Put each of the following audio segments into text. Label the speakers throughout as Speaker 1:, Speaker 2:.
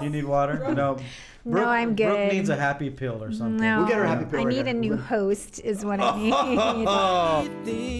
Speaker 1: You need water? No. Brooke,
Speaker 2: I'm
Speaker 1: Brooke
Speaker 2: good.
Speaker 1: needs a happy pill or something.
Speaker 2: No,
Speaker 3: We'll get her a happy pill
Speaker 2: Um, I
Speaker 3: right
Speaker 2: need
Speaker 3: here.
Speaker 2: a new
Speaker 3: We'll-
Speaker 2: host, is what I need.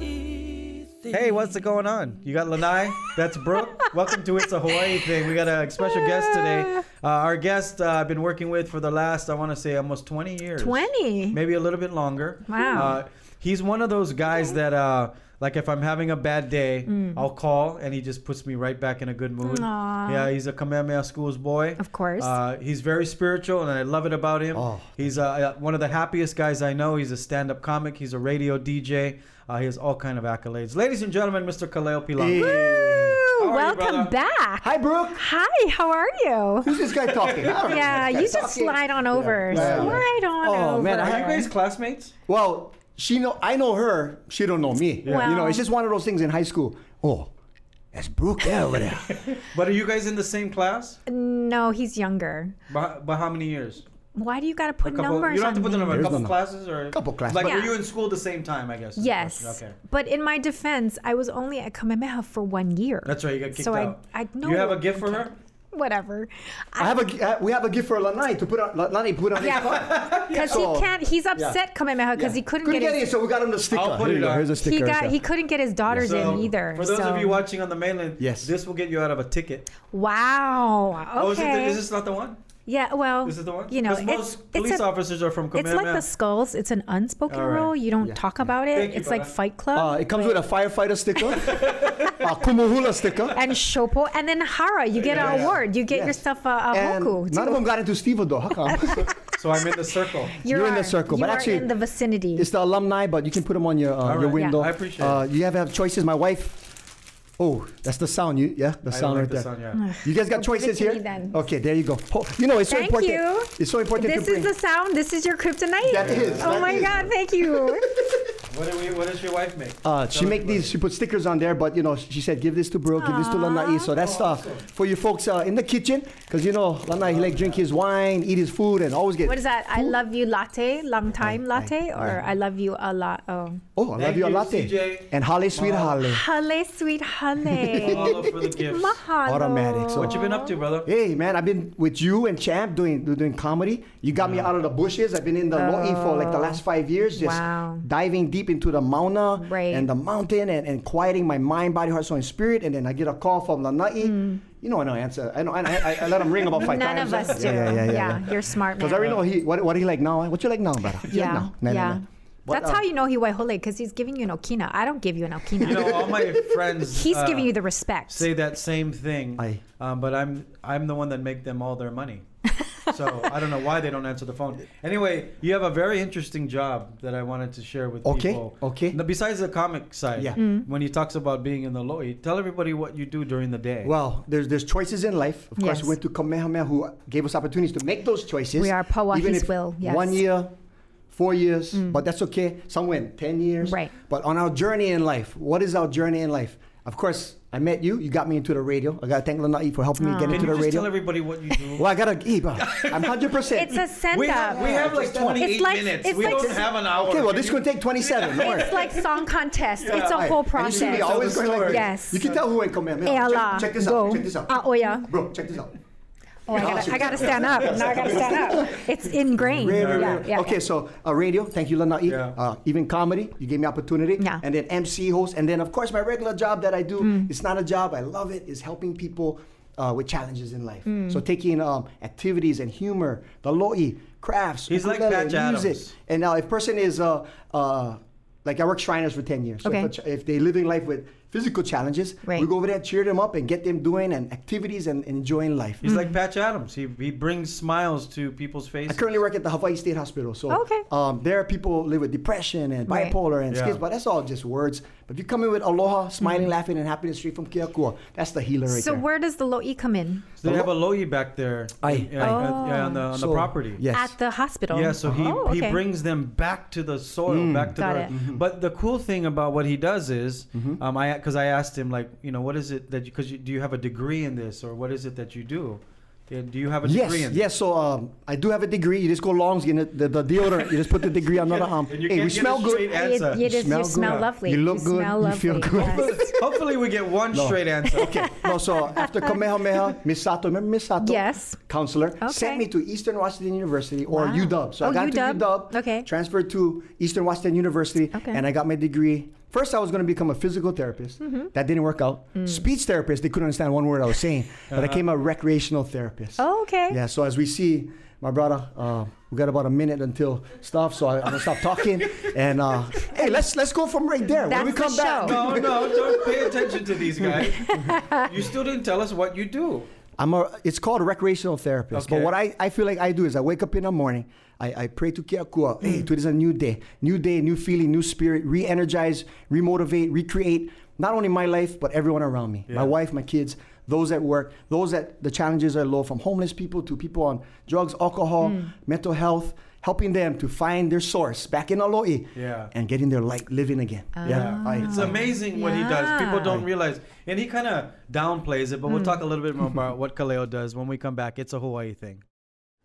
Speaker 1: Hey, what's it going on? You got Lanai. That's Brooke. Welcome to It's a Hawaii Thing. We got a special guest today. Uh, our guest uh, I've been working with for the last, I want to say, almost 20 years.
Speaker 2: 20.
Speaker 1: Maybe a little bit longer.
Speaker 2: Wow.
Speaker 1: Uh, he's one of those guys that, uh, like, if I'm having a bad day, I'll call and he just puts me right back in a good mood.
Speaker 2: Mm. Aw.
Speaker 1: Yeah, he's a Kamehameha Schools boy.
Speaker 2: Of course.
Speaker 1: Uh, he's very spiritual, and I love it about him.
Speaker 3: Oh.
Speaker 1: He's uh, uh, one of the happiest guys I know. He's a stand-up comic. He's a radio DJ. Uh, he has all kind of accolades. Ladies and gentlemen, Mr. Kaleo Pilar.
Speaker 2: Woo!
Speaker 1: How are you,
Speaker 2: Welcome
Speaker 1: brother?
Speaker 2: back.
Speaker 3: Hi, Brooke.
Speaker 2: Hi, how are you?
Speaker 3: Who's this guy talking? I don't know
Speaker 2: Yeah,
Speaker 3: this guy
Speaker 2: you just
Speaker 3: talking.
Speaker 2: slide on over.
Speaker 3: Yeah, yeah.
Speaker 2: Slide on over.
Speaker 3: Oh, man,
Speaker 1: Are
Speaker 3: I
Speaker 1: you guys classmates?
Speaker 3: Well, she know I know her. She don't know me.
Speaker 2: Yeah.
Speaker 3: You know, it's just one of those things in high school. Oh, that's Brooke there over there.
Speaker 1: But are you guys in the same class?
Speaker 2: No, he's younger.
Speaker 1: By, by how many years?
Speaker 2: Why do you got to put
Speaker 1: A couple.
Speaker 2: numbers
Speaker 1: you don't have to put
Speaker 2: on
Speaker 1: the number.
Speaker 2: me?
Speaker 1: A
Speaker 3: There's
Speaker 1: couple
Speaker 3: no-
Speaker 1: classes or
Speaker 3: Couple classes.
Speaker 1: Like
Speaker 2: Yeah.
Speaker 1: were you in school the same time? I guess. is the
Speaker 2: Yes.
Speaker 1: question. Okay.
Speaker 2: But in my defense, I was only at Kamehameha for one year.
Speaker 1: That's right. You got kicked
Speaker 2: so
Speaker 1: out.
Speaker 2: I, I know.
Speaker 1: you have a gift for her?
Speaker 2: Whatever.
Speaker 3: I have a uh, we have a gift for Lanai to put on Lanai put on his car.
Speaker 2: Yeah, because he
Speaker 3: Oh.
Speaker 2: can't. He's upset Kamehameha because he couldn't,
Speaker 3: get,
Speaker 2: his.
Speaker 3: it, so we got him the sticker.
Speaker 1: I'll put it
Speaker 3: Here you go.
Speaker 1: on.
Speaker 3: Here's a sticker.
Speaker 2: he got.
Speaker 3: so-
Speaker 2: He couldn't get his daughters in either.
Speaker 1: for those
Speaker 2: so.
Speaker 1: of you watching on the mainland,
Speaker 3: Yes.
Speaker 1: this will get you out of a ticket.
Speaker 2: Wow. Okay.
Speaker 1: Oh, is, it the, is this not the one?
Speaker 2: yeah. Well,
Speaker 1: This is the one.
Speaker 2: You know,
Speaker 1: 'Cause
Speaker 2: it's,
Speaker 1: most
Speaker 2: it's
Speaker 1: police
Speaker 2: a-
Speaker 1: officers are from
Speaker 2: It's
Speaker 1: Kamehameha.
Speaker 2: like the skulls. It's an unspoken
Speaker 1: All right.
Speaker 2: rule. You don't
Speaker 3: Yeah.
Speaker 2: talk about it.
Speaker 1: Thank you,
Speaker 2: it's like
Speaker 1: brother.
Speaker 2: Fight Club.
Speaker 3: Uh, it comes with a firefighter sticker, a kumuhula sticker,
Speaker 2: and Shopo, and then Hara. You get an
Speaker 3: Uh, Yeah.
Speaker 2: award. You get
Speaker 3: Yes.
Speaker 2: yourself a, a
Speaker 3: and
Speaker 2: hoku.
Speaker 3: none
Speaker 2: too.
Speaker 3: of them got into Steve though. How come?
Speaker 1: So I'm in the circle.
Speaker 2: You
Speaker 3: you're in the
Speaker 2: are-
Speaker 3: circle,
Speaker 2: You
Speaker 3: but
Speaker 2: are
Speaker 3: actually,
Speaker 2: in the vicinity.
Speaker 3: It's the alumni, but you can put them on your uh,
Speaker 1: right.
Speaker 3: your window.
Speaker 2: Yeah.
Speaker 1: I appreciate
Speaker 3: uh, You have have choices. My wife. Oh, that's the sound. You yeah, the
Speaker 1: I
Speaker 3: sound
Speaker 1: don't like
Speaker 3: right
Speaker 1: the
Speaker 3: there.
Speaker 1: sound, yeah.
Speaker 3: You guys got
Speaker 2: it
Speaker 3: choices
Speaker 2: to me
Speaker 3: here.
Speaker 2: then.
Speaker 3: Okay, there you go. Oh, you know it's so
Speaker 2: Thank
Speaker 3: important.
Speaker 2: you.
Speaker 3: It's so important
Speaker 2: this
Speaker 3: to
Speaker 2: is
Speaker 3: bring.
Speaker 2: the sound. This is your kryptonite.
Speaker 3: That is,
Speaker 2: Oh
Speaker 3: that
Speaker 2: my
Speaker 3: is.
Speaker 2: God! Thank you.
Speaker 1: What, do we, what does your wife make?
Speaker 3: uh, she
Speaker 1: Tell
Speaker 3: make
Speaker 1: everybody.
Speaker 3: these. She put stickers on there, but you know she said give this to Brooke, give this to Lanai. So that's uh, for you folks uh, in the kitchen, because you know Lanai he like drink his wine, eat his food, and always get.
Speaker 2: What is that? I love you latte, long time latte, or I love you a lot. Oh,
Speaker 3: Oh, I love
Speaker 1: Thank
Speaker 3: you a
Speaker 1: you,
Speaker 3: latte.
Speaker 1: CJ.
Speaker 3: And Holly, sweet Holly.
Speaker 2: hale sweet hale.
Speaker 1: Mahalo for the gifts.
Speaker 2: Mahalo.
Speaker 3: Automatic, so-
Speaker 1: What you been up to, brother?
Speaker 3: Hey man, I've been with you and Champ doing doing comedy. You got me out of the bushes. I've been in the Lo'i for like the last five years, just
Speaker 2: Wow.
Speaker 3: diving deep into the mauna
Speaker 2: Right.
Speaker 3: and the mountain and, and quieting my mind, body, heart, soul, and spirit. And then I get a call from Lanai. You know, I don't answer. I know, I, I, I let him ring about five
Speaker 2: Hmm. None
Speaker 3: times.
Speaker 2: of us do.
Speaker 3: Yeah, yeah, yeah. yeah, yeah.
Speaker 2: you're smart.
Speaker 3: Because I
Speaker 2: man.
Speaker 3: already know he what what he like now. eh? What you like now, brother? What you
Speaker 2: Yeah,
Speaker 3: like now? Nah, nah,
Speaker 2: yeah.
Speaker 3: nah. But,
Speaker 2: That's
Speaker 3: uh,
Speaker 2: how you know he waihole because he's giving you an okina. I don't give you an okina.
Speaker 1: You know, all my friends.
Speaker 2: he's
Speaker 1: uh,
Speaker 2: giving you the respect.
Speaker 1: Say that same thing,
Speaker 3: Aye.
Speaker 1: um, but I'm I'm the one that make them all their money. so I don't know why they don't answer the phone. Anyway, you have a very interesting job that I wanted to share with
Speaker 3: Okay,
Speaker 1: people.
Speaker 3: okay.
Speaker 1: Now, besides the comic side,
Speaker 3: Yeah.
Speaker 2: Mm.
Speaker 1: when he talks about being in the loi, tell everybody what you do during the day.
Speaker 3: Well, there's there's choices in life. Of course,
Speaker 2: Yes.
Speaker 3: we went to Kamehameha, who gave us opportunities to make those choices.
Speaker 2: We are Pawa,
Speaker 3: even
Speaker 2: his
Speaker 3: if
Speaker 2: will, yes. Mm.
Speaker 3: One year, four years, but that's okay. Some went ten years.
Speaker 2: Right.
Speaker 3: But on our journey in life, what is our journey in life? Of course, I met you. You got me into the radio. I gotta thank Lanai for helping me
Speaker 2: Aw.
Speaker 3: get
Speaker 1: Can
Speaker 3: into
Speaker 1: you
Speaker 3: the
Speaker 1: just
Speaker 3: radio.
Speaker 1: tell everybody what you do?
Speaker 3: well, I gotta. eh, bro, I'm hundred percent.
Speaker 2: it's a send
Speaker 1: we
Speaker 2: up.
Speaker 1: have, we have like
Speaker 3: Just tell them.
Speaker 1: 28
Speaker 2: It's like-
Speaker 1: minutes.
Speaker 2: it's
Speaker 1: We
Speaker 2: like-
Speaker 1: don't have an hour.
Speaker 3: okay. Well,
Speaker 1: Can
Speaker 3: this
Speaker 1: you-
Speaker 3: could take twenty-seven. Don't worry.
Speaker 2: it's like song contest. it's a
Speaker 3: Alright,
Speaker 2: whole
Speaker 3: and You see me
Speaker 2: process.
Speaker 3: always
Speaker 1: Tell the
Speaker 3: going
Speaker 1: story.
Speaker 3: like this.
Speaker 2: Yes.
Speaker 3: You can tell who went Kamehameha.
Speaker 2: Eh,
Speaker 3: Check-
Speaker 2: Allah,
Speaker 3: check, this
Speaker 2: go.
Speaker 3: out. Check this out.
Speaker 2: Ah, oh, yeah.
Speaker 3: Bro, check this out.
Speaker 2: Oh, I gotta, I gotta stand up. Now I gotta stand up. It's ingrained.
Speaker 3: Rare, rare,
Speaker 2: Yeah,
Speaker 3: rare.
Speaker 2: yeah,
Speaker 3: okay, so uh, radio, thank you, Lanai.
Speaker 1: Yeah.
Speaker 3: Uh, even comedy, you gave me opportunity.
Speaker 2: Yeah. Mm.
Speaker 3: And then MC host, and then of course my regular job that I do. It's not a job. I love it. Is helping people uh, with challenges in life.
Speaker 2: Mm.
Speaker 3: So taking um, activities and humor, the loi, crafts.
Speaker 1: He's like
Speaker 3: ukulele,
Speaker 1: Patch
Speaker 3: music.
Speaker 1: Adams.
Speaker 3: And now if person is uh, uh, like I work Shriners for ten years. So
Speaker 2: Okay.
Speaker 3: if, a ch- if they're living life with physical challenges,
Speaker 2: Right.
Speaker 3: we go over there, cheer them up, and get them doing and activities and, and enjoying life.
Speaker 1: He's like Patch Adams. He, he brings smiles to people's
Speaker 3: Hmm. I
Speaker 1: faces.
Speaker 3: currently work at the Hawaii State Hospital. So
Speaker 2: Oh, Okay.
Speaker 3: um, there are people live with depression and
Speaker 2: Right.
Speaker 3: bipolar and
Speaker 1: Yeah.
Speaker 3: schiz, but that's all just words. But if you come in with aloha, smiling, laughing, and happiness straight from Keakua, that's the healer right
Speaker 2: Mm-hmm. So
Speaker 3: there.
Speaker 2: where does the lo'i come in?
Speaker 1: They have a loi back there.
Speaker 3: Aye.
Speaker 1: Yeah,
Speaker 2: Oh.
Speaker 1: yeah, on the, on
Speaker 3: So,
Speaker 1: the property.
Speaker 3: Yes.
Speaker 2: At the hospital.
Speaker 1: Yeah, so he,
Speaker 2: Oh,
Speaker 1: he
Speaker 2: okay.
Speaker 1: brings them back to the soil,
Speaker 3: Hmm.
Speaker 1: back to
Speaker 2: Got
Speaker 1: the.
Speaker 2: it.
Speaker 3: Mm-hmm.
Speaker 2: Mhm.
Speaker 1: But the cool thing about what he does is, um, I because I asked him like, you know, what is it that because you, do you have a degree in this or what is it that you do? Yeah, Do you have a
Speaker 3: Yes,
Speaker 1: degree in
Speaker 3: yes. So um, I do have a degree. You just go longs, you know, the, the deodorant. You just put the degree on the arm.
Speaker 1: And you
Speaker 3: Hey,
Speaker 1: can't
Speaker 3: we
Speaker 1: get a
Speaker 3: smell
Speaker 1: straight
Speaker 3: good.
Speaker 1: answer.
Speaker 2: You, you, just-
Speaker 3: Smell
Speaker 2: you
Speaker 3: good.
Speaker 2: smell lovely.
Speaker 3: You look good.
Speaker 2: Smell
Speaker 3: You
Speaker 2: lovely.
Speaker 3: feel good.
Speaker 2: Yes.
Speaker 1: Hopefully, we get one straight answer.
Speaker 3: Okay. No, so after Kamehameha, Miss Sato, remember Miss Sato?
Speaker 2: Yes.
Speaker 3: Counselor
Speaker 2: Okay.
Speaker 3: sent me to Eastern Washington University or
Speaker 2: Wow.
Speaker 3: UW. So
Speaker 2: Oh,
Speaker 3: I got
Speaker 2: UW.
Speaker 3: to UW.
Speaker 2: Okay.
Speaker 3: Transferred to Eastern Washington University,
Speaker 2: Okay.
Speaker 3: and I got my degree. First, I was going to become a physical therapist.
Speaker 2: Mm-hmm.
Speaker 3: That didn't work out.
Speaker 2: Mm.
Speaker 3: Speech therapist. They couldn't understand one word I was saying. But I became a recreational therapist.
Speaker 2: Oh, okay.
Speaker 3: Yeah, so as we see, my brother, uh, we got about a minute until stuff, so I, I'm gonna stop talking. And uh, hey, let's let's go from right there. when
Speaker 2: That's
Speaker 3: we come
Speaker 2: the
Speaker 3: back,
Speaker 2: show.
Speaker 1: No, Oh, no, don't pay attention to these guys. You still didn't tell us what you do.
Speaker 3: I'm a. It's called a recreational therapist.
Speaker 1: Okay.
Speaker 3: But what I, I feel like I do is I wake up in the morning, I, I pray to Kiakua. Hey,
Speaker 1: Mm.
Speaker 3: today's a new day, new day, new feeling, new spirit. Re-energize, remotivate, recreate. Not only my life, but everyone around me.
Speaker 1: Yeah.
Speaker 3: My wife, my kids, those at work, those that the challenges are low, from homeless people to people on drugs, alcohol,
Speaker 1: Mm.
Speaker 3: mental health. Helping them to find their source back in Aloe
Speaker 1: Yeah.
Speaker 3: and getting their light living again.
Speaker 1: Yeah,
Speaker 3: I-
Speaker 1: it's
Speaker 3: I-
Speaker 1: amazing what he does. People
Speaker 2: Yeah.
Speaker 1: don't realize, and he kind of downplays it. But we'll talk a little bit more about what Kaleo does when we come back. It's a Hawaii thing.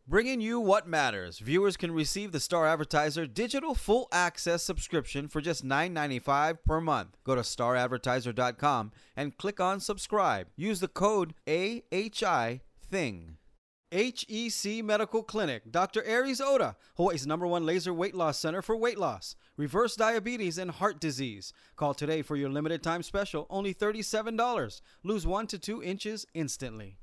Speaker 4: Bringing you what matters. Viewers can receive the Star Advertiser digital full access subscription for just $9.95 per month. Go to staradvertiser.com and click on subscribe. Use the code AHI thing. HEC E Medical Clinic, Dr. Aries Oda, Hawaii's number one laser weight loss center for weight loss, reverse diabetes, and heart disease. Call today for your limited time special, only $37. Lose one to two inches instantly.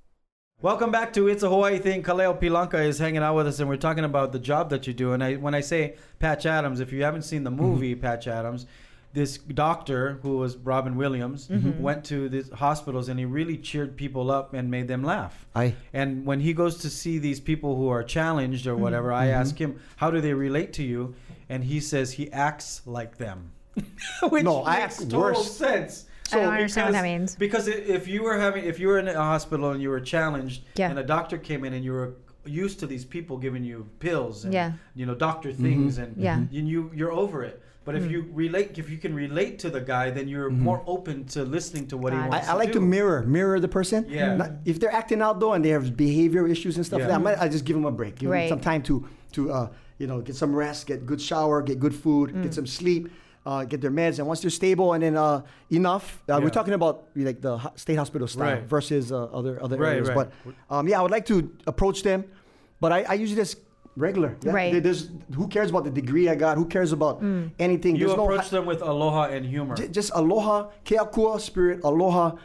Speaker 1: Welcome back to It's a Hawaii Thing. Kaleo Pilanka is hanging out with us, and we're talking about the job that you do. And I, when I say Patch Adams, if you haven't seen the movie Patch Adams, this doctor who was Robin Williams went to these hospitals and he really cheered people up and made them laugh.
Speaker 3: Aye.
Speaker 1: And when he goes to see these people who are challenged or whatever, I ask him, "How do they relate to you?" And he says he acts like them, which
Speaker 3: No, I
Speaker 1: makes
Speaker 3: act
Speaker 1: total
Speaker 3: worse.
Speaker 1: sense.
Speaker 2: I don't understand what that
Speaker 1: because-
Speaker 2: means.
Speaker 1: because i- if you were having, if you were in a hospital and you were challenged,
Speaker 2: Yeah.
Speaker 1: and a doctor came in and you were used to these people giving you pills and
Speaker 2: Yeah.
Speaker 1: you know doctor things,
Speaker 3: Mm-hmm.
Speaker 1: and
Speaker 2: Yeah. Mm. Mhm.
Speaker 1: and you you're over it. But if you relate, if you can relate to the guy, then you're more open to listening to what he
Speaker 2: Got it.
Speaker 1: wants.
Speaker 3: Mm-hmm. I, I like
Speaker 1: do.
Speaker 3: to mirror mirror the person.
Speaker 1: Yeah.
Speaker 3: Not- if they're acting out though and they have behavior issues and stuff,
Speaker 1: Yeah.
Speaker 3: like that, I might I just give them a break. Give
Speaker 2: Right.
Speaker 3: them some time to to uh, you know get some rest, get good shower, get good food,
Speaker 2: Mm.
Speaker 3: get some sleep. Uh, get their meds, and once they're stable, and then uh, enough. Uh,
Speaker 1: Yeah.
Speaker 3: We're talking about like the ho- state hospital style
Speaker 1: Right.
Speaker 3: versus uh, other other
Speaker 1: Right,
Speaker 3: areas,
Speaker 1: right.
Speaker 3: but um, yeah, I would like to approach them, but I, I usually just regular. Yeah,
Speaker 2: Right. Mm.
Speaker 3: there- There's who cares about the degree I got? Who cares about anything?
Speaker 1: You
Speaker 3: There's no hi-
Speaker 1: approach them with aloha and humor.
Speaker 3: J- just aloha, keakua spirit, aloha.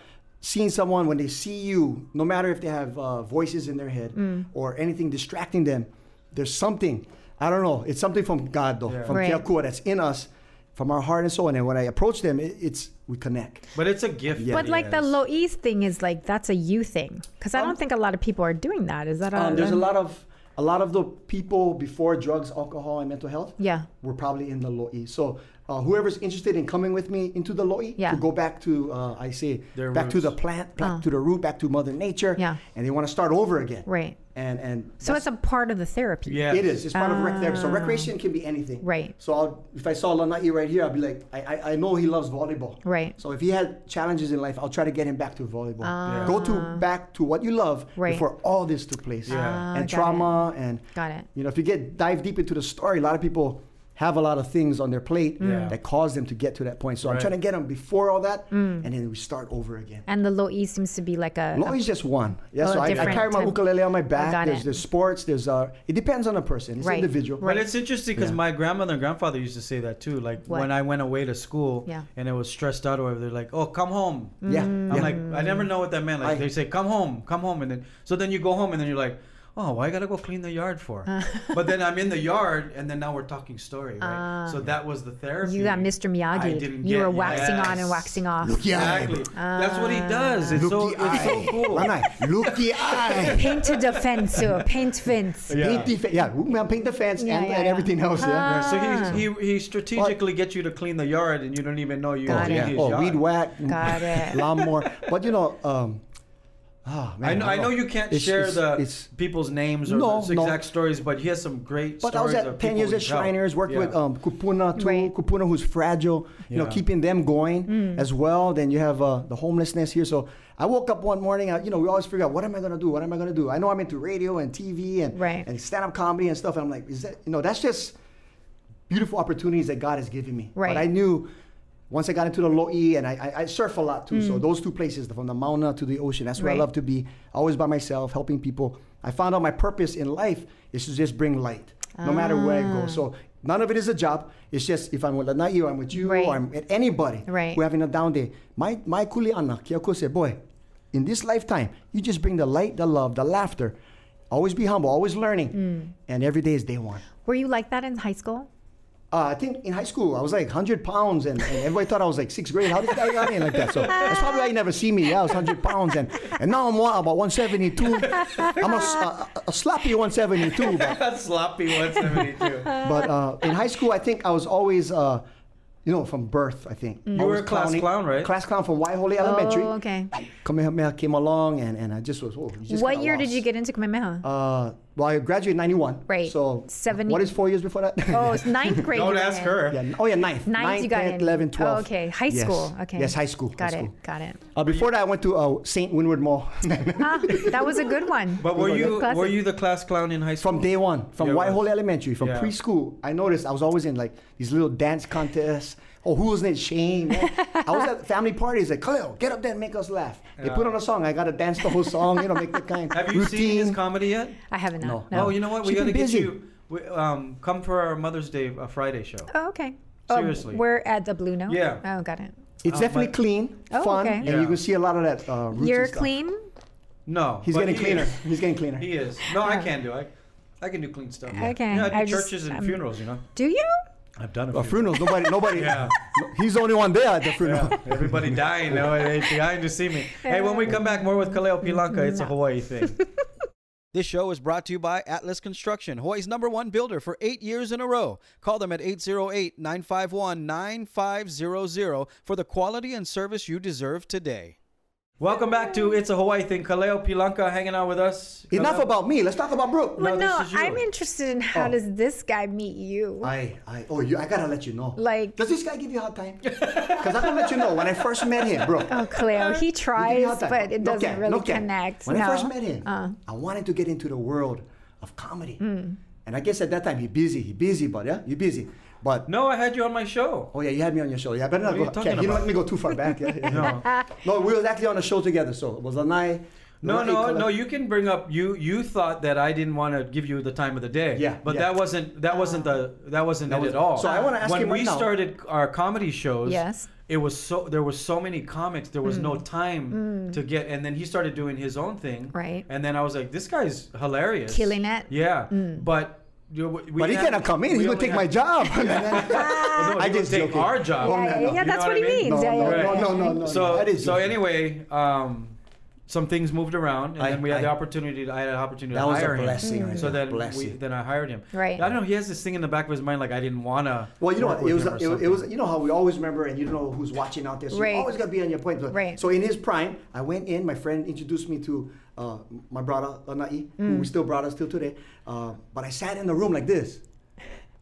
Speaker 3: Seeing someone when they see you, no matter if they have uh, voices in their head or anything distracting them, there's something. I don't know. It's something from God though,
Speaker 1: Yeah.
Speaker 3: from
Speaker 2: Right.
Speaker 3: keakua that's in us, from our heart and soul. And then when I approach them, it, it's we connect.
Speaker 1: But it's a gift.
Speaker 3: Yeah.
Speaker 2: But
Speaker 1: that he
Speaker 2: like the
Speaker 1: has.
Speaker 2: low ease thing is like that's a you thing because I
Speaker 1: Um,
Speaker 2: don't think a lot of people are doing that. Is that a,
Speaker 3: Um, there's a lot of a lot of the people before drugs, alcohol, and mental health.
Speaker 2: Yeah.
Speaker 3: were probably in the lo'i. So uh, whoever's interested in coming with me into the lo'i
Speaker 2: Yeah.
Speaker 3: to go back to uh, I say
Speaker 1: Their
Speaker 3: back to
Speaker 1: roots.
Speaker 3: the plant, back
Speaker 2: Uh.
Speaker 3: to the root, back to Mother Nature.
Speaker 2: Yeah.
Speaker 3: and they want to start over again.
Speaker 2: Right.
Speaker 3: And and
Speaker 2: So it's a part of the therapy.
Speaker 1: Yeah.
Speaker 3: it is. It's part of rec therapy. So recreation can be anything.
Speaker 2: Right.
Speaker 3: So I'll, if I saw Lanai right here, I'd be like, I, I, I know he loves volleyball.
Speaker 2: Right.
Speaker 3: So if he had challenges in life, I'll try to get him back to volleyball.
Speaker 1: Yeah.
Speaker 3: Go to back to what you love
Speaker 2: Ah. Right.
Speaker 3: before all this took place.
Speaker 1: Yeah. Ah,
Speaker 3: and
Speaker 2: got
Speaker 3: trauma and
Speaker 2: Got it.
Speaker 3: you know if you get dive deep into the story, a lot of people have a lot of things on their plate
Speaker 1: Yeah.
Speaker 3: that cause them to get to that point. So
Speaker 1: Mm. Right.
Speaker 3: I'm trying to get them before all that,
Speaker 2: Mm.
Speaker 3: and then we start over again.
Speaker 2: And the low ease seems to be like a,
Speaker 3: Law is just one. Yeah,
Speaker 2: Oh,
Speaker 3: so I, I
Speaker 2: different
Speaker 3: carry my
Speaker 2: type.
Speaker 3: ukulele on my back.
Speaker 2: got
Speaker 3: there's
Speaker 2: it.
Speaker 3: there's sports. There's uh, it depends on the person. It's
Speaker 2: Right.
Speaker 3: individual.
Speaker 2: Right.
Speaker 1: But it's interesting because
Speaker 3: Yeah.
Speaker 1: my grandmother and grandfather used to say that too. Like
Speaker 2: What?
Speaker 1: when I went away to school
Speaker 2: Yeah. Mm.
Speaker 1: and it was stressed out or whatever, they're like, "Oh, come home."
Speaker 3: Yeah.
Speaker 1: I'm
Speaker 3: yeah.
Speaker 1: like, I never know what that meant. Like
Speaker 3: I-
Speaker 1: they say, "Come home, come home," and then so then you go home and then you're like, "Oh, why I gotta go clean the yard for?"
Speaker 2: Uh.
Speaker 1: but then I'm in the yard and then now we're talking story, right? so that was the therapy.
Speaker 2: Ah. you got Mr.
Speaker 1: I
Speaker 2: Miyagi.
Speaker 1: didn't
Speaker 2: You
Speaker 1: get-
Speaker 2: were waxing on Ah.
Speaker 1: Yes.
Speaker 2: and waxing off.
Speaker 1: Exactly. That's what he does. It's so
Speaker 3: Looky
Speaker 1: it's so
Speaker 3: eye.
Speaker 1: cool.
Speaker 3: Lanai, looky eye.
Speaker 2: Painted a fence, uh, paint fence.
Speaker 1: Yeah.
Speaker 3: Paint the fe- yeah, we can paint the fence
Speaker 2: Yeah,
Speaker 3: and,
Speaker 2: yeah, Ah,
Speaker 3: and
Speaker 2: yeah.
Speaker 3: everything else. Yeah.
Speaker 1: So he, he, he strategically gets you to clean the yard and you don't even know you
Speaker 2: Got
Speaker 1: cleaned
Speaker 2: it.
Speaker 1: his
Speaker 3: Oh,
Speaker 1: yard.
Speaker 3: weed whack,
Speaker 2: Got it.
Speaker 3: lawnmower. But you know, um, Ah, man,
Speaker 1: I know, I
Speaker 3: don't
Speaker 1: know you can't
Speaker 3: It's-
Speaker 1: share
Speaker 3: it's-
Speaker 1: the
Speaker 3: it's-
Speaker 1: people's names or
Speaker 3: No,
Speaker 1: the
Speaker 3: no.
Speaker 1: exact stories, but he has some great
Speaker 3: But I
Speaker 1: stories.
Speaker 3: was
Speaker 1: of
Speaker 3: at 10
Speaker 1: people
Speaker 3: years at
Speaker 1: he's helped.
Speaker 3: Shriners, worked with
Speaker 1: Yeah.
Speaker 3: um, Kupuna too.
Speaker 2: Right. Mm.
Speaker 3: Kupuna, who's fragile, you know,
Speaker 1: Yeah.
Speaker 3: keeping them going as well. Then you have uh, the homelessness here. So I woke up one morning, I, you know, we always figure out, what am I going to do? What am I going to do? I know I'm into radio and TV and,
Speaker 2: Right.
Speaker 3: and stand up comedy and stuff. And I'm like, is that, you know, that's just beautiful opportunities that God has given me.
Speaker 2: Right.
Speaker 3: But I knew once I got into the Lo'i and I, I, I surf a lot too. So those two places, from the Mauna to the ocean, that's where I
Speaker 2: Mm. Right.
Speaker 3: love to be. Always by myself, helping people. I found out my purpose in life is to just bring light, no matter where I
Speaker 2: Ah.
Speaker 3: go. So none of it is a job. It's just if I'm with Lanayo, I'm with you,
Speaker 2: Right.
Speaker 3: or I'm with anybody.
Speaker 2: Right.
Speaker 3: We're having a down day. My my kuleana, Kyoko said, boy, in this lifetime, you just bring the light, the love, the laughter. Always be humble, always learning.
Speaker 2: Mm.
Speaker 3: And every day is day one.
Speaker 2: Were you like that in high school?
Speaker 3: Uh, I think in high school I was like 100 pounds, and, and everybody thought I was like sixth grade. How did I got in like that? So that's probably why you never see me. Yeah, I was 100 pounds, and, and now I'm what, about 172. I'm a, s- a- a- a sloppy 172. But,
Speaker 1: That's sloppy 172.
Speaker 3: but uh, in high school, I think I was always, uh, you know, from birth. I think you
Speaker 1: were a class clown, right?
Speaker 3: Class clown from Whitehall Elementary.
Speaker 2: Oh, okay.
Speaker 3: Kamehameha came along, and, and I just was. Oh, you just
Speaker 2: what
Speaker 3: kinda
Speaker 2: year
Speaker 3: lost.
Speaker 2: did you get into Kamehameha?
Speaker 3: Uh, well, I graduated in 91.
Speaker 2: Right.
Speaker 3: So
Speaker 2: Seventy-
Speaker 3: What is four years before that?
Speaker 2: oh, it's ninth grade. you
Speaker 1: Don't
Speaker 2: were
Speaker 1: ask
Speaker 2: in.
Speaker 1: her.
Speaker 3: Yeah. Oh, yeah, ninth.
Speaker 2: Ninth, you got
Speaker 3: 10th,
Speaker 2: in.
Speaker 3: 11,
Speaker 2: Oh,
Speaker 3: 12.
Speaker 2: okay. High
Speaker 3: Yes.
Speaker 2: school. Okay.
Speaker 3: Yes, high school.
Speaker 2: Got
Speaker 3: high
Speaker 2: it.
Speaker 3: School.
Speaker 2: Got it.
Speaker 3: Uh, before that, I went to uh, St. Winward Mall
Speaker 2: Ah, that was a good one.
Speaker 1: But were you
Speaker 2: Classic.
Speaker 1: were you the class clown in high school?
Speaker 3: from day one, from
Speaker 1: Yeah, it
Speaker 3: Whitehall
Speaker 1: was.
Speaker 3: Elementary, from
Speaker 1: Yeah.
Speaker 3: preschool. I noticed I was always in like these little dance contests. Oh, who was in it? Shane. man. I was at family parties like, Khalil, get up there and make us laugh. They put on a song. I got to dance the whole song, you know, make the kind
Speaker 1: Have you
Speaker 3: routine.
Speaker 1: seen his comedy yet?
Speaker 2: I haven't.
Speaker 3: No.
Speaker 2: No.
Speaker 1: Oh, you know what?
Speaker 3: She's
Speaker 1: we gotta
Speaker 3: been
Speaker 1: get
Speaker 3: busy.
Speaker 1: you. We, um, come for our Mother's Day uh, Friday show.
Speaker 2: Oh, okay.
Speaker 1: Seriously.
Speaker 2: we're at the Blue Note.
Speaker 1: Yeah.
Speaker 2: Oh, got it.
Speaker 3: It's
Speaker 1: Uh,
Speaker 3: definitely
Speaker 1: but-
Speaker 3: clean,
Speaker 2: Oh,
Speaker 3: fun,
Speaker 2: okay.
Speaker 3: and
Speaker 1: Yeah.
Speaker 3: you can see a lot of that uh, roots and
Speaker 2: You're
Speaker 3: stuff.
Speaker 2: clean.
Speaker 1: No,
Speaker 3: He's
Speaker 1: but
Speaker 3: getting
Speaker 1: he
Speaker 3: cleaner.
Speaker 1: is.
Speaker 3: He's getting cleaner.
Speaker 1: He is. No, I
Speaker 2: Yeah.
Speaker 1: can do. I, I can do clean stuff.
Speaker 2: Okay,
Speaker 1: Yeah, I do
Speaker 2: I just- um,
Speaker 1: churches and
Speaker 2: I'm-
Speaker 1: funerals. You know,
Speaker 2: Do you?
Speaker 1: I've done
Speaker 3: Uh, funerals, nobody, nobody.
Speaker 1: Yeah.
Speaker 3: He's the only one there at the funeral.
Speaker 1: Everybody dying. You know, they dying to see me. Hey, when we come back, more with Kaleo Pilanka. It's a
Speaker 2: No.
Speaker 1: Hawaii thing.
Speaker 4: This show is brought to you by Atlas Construction, Hawaii's number one builder for eight years in a row. Call them at 808 951 9500 for the quality and service you deserve today.
Speaker 1: Welcome back to It's a Hawaii Thing. Kaleo Pilanka hanging out with us.
Speaker 3: Enough
Speaker 1: Kaleo-
Speaker 3: about me. Let's talk about Brooke.
Speaker 2: Well,
Speaker 1: this
Speaker 2: no,
Speaker 1: is you.
Speaker 2: I'm interested in how
Speaker 3: Oh.
Speaker 2: does this guy meet you?
Speaker 3: I, I, oh, you, I gotta let you know.
Speaker 2: Like-
Speaker 3: does this guy give you a hard time? Because I can let you know when I first met him, bro.
Speaker 2: oh, Cleo, he
Speaker 3: He give you a
Speaker 2: tries,
Speaker 3: hard time.
Speaker 2: but it
Speaker 3: No
Speaker 2: doesn't
Speaker 3: cap,
Speaker 2: really
Speaker 3: no cap.
Speaker 2: connect.
Speaker 3: When
Speaker 2: no.
Speaker 3: I first met him,
Speaker 2: Uh, Hmm.
Speaker 3: I wanted to get into the world of comedy, and I guess at that time he busy, he busy, but yeah, you busy, but.
Speaker 1: No, I had you on my show.
Speaker 3: Oh yeah, you had me on your show. Yeah, I better not
Speaker 1: What are you
Speaker 3: go.
Speaker 1: talking
Speaker 3: okay, you don't
Speaker 1: about?
Speaker 3: let me go too far back. Yeah, yeah.
Speaker 1: No.
Speaker 3: no, we was actually on a show together. So it was Lanai.
Speaker 1: No,
Speaker 3: Lanai
Speaker 1: no,
Speaker 3: Kala-
Speaker 1: no. You can bring up you. You thought that I didn't want to give you the time of the day.
Speaker 3: Yeah,
Speaker 1: but
Speaker 3: yeah.
Speaker 1: that wasn't that wasn't the that wasn't it
Speaker 3: wasn't-
Speaker 1: at all.
Speaker 3: so I wanna ask
Speaker 1: when
Speaker 3: you right
Speaker 1: we
Speaker 3: now-
Speaker 1: started our comedy shows.
Speaker 2: Yes. Mm.
Speaker 1: It was so there was so many comics. There was no time to get, and then he started doing his own thing.
Speaker 2: Right.
Speaker 1: And then I was like, this guy's hilarious,
Speaker 2: Killing it. Mm.
Speaker 1: Yeah, but. you know, we- we
Speaker 3: But he
Speaker 1: had-
Speaker 3: cannot come in.
Speaker 1: we
Speaker 3: He's gonna
Speaker 1: only
Speaker 3: take
Speaker 1: had-
Speaker 3: my job.
Speaker 1: Well, no,
Speaker 3: I
Speaker 1: he would
Speaker 3: just
Speaker 1: take
Speaker 3: joking.
Speaker 1: our job.
Speaker 3: Oh, no,
Speaker 2: yeah,
Speaker 3: no.
Speaker 2: yeah, yeah,
Speaker 1: You know
Speaker 2: that's
Speaker 1: what I
Speaker 2: what he
Speaker 1: mean?
Speaker 2: means.
Speaker 3: No,
Speaker 2: yeah,
Speaker 3: no,
Speaker 2: yeah,
Speaker 1: no,
Speaker 2: yeah.
Speaker 3: no, no, no.
Speaker 1: so
Speaker 3: that is
Speaker 1: so
Speaker 3: different.
Speaker 1: anyway, um, some things moved around, and
Speaker 3: I-
Speaker 1: then we had the
Speaker 3: I-
Speaker 1: opportunity. To, I had an opportunity
Speaker 3: That
Speaker 1: to
Speaker 3: was a
Speaker 1: hire him.
Speaker 3: blessing right
Speaker 1: so then
Speaker 3: there.
Speaker 1: we,
Speaker 3: Blessing.
Speaker 1: then I hired him.
Speaker 2: Right.
Speaker 1: I don't know. He has this thing in the back of his mind, like I didn't wanna.
Speaker 3: Well, you know
Speaker 1: work
Speaker 3: what?
Speaker 1: with
Speaker 3: It was,
Speaker 1: him or
Speaker 3: it, was- it was,
Speaker 1: something.
Speaker 3: you know how we always remember and you don't know who's watching out there. So
Speaker 2: Right.
Speaker 3: you always got to be on your point. So-
Speaker 2: Right.
Speaker 3: So in his prime, I went in, my friend introduced me to uh, my brother, Lanai, who
Speaker 2: Mm.
Speaker 3: we still brothers till today. Uh, but I sat in the room like this,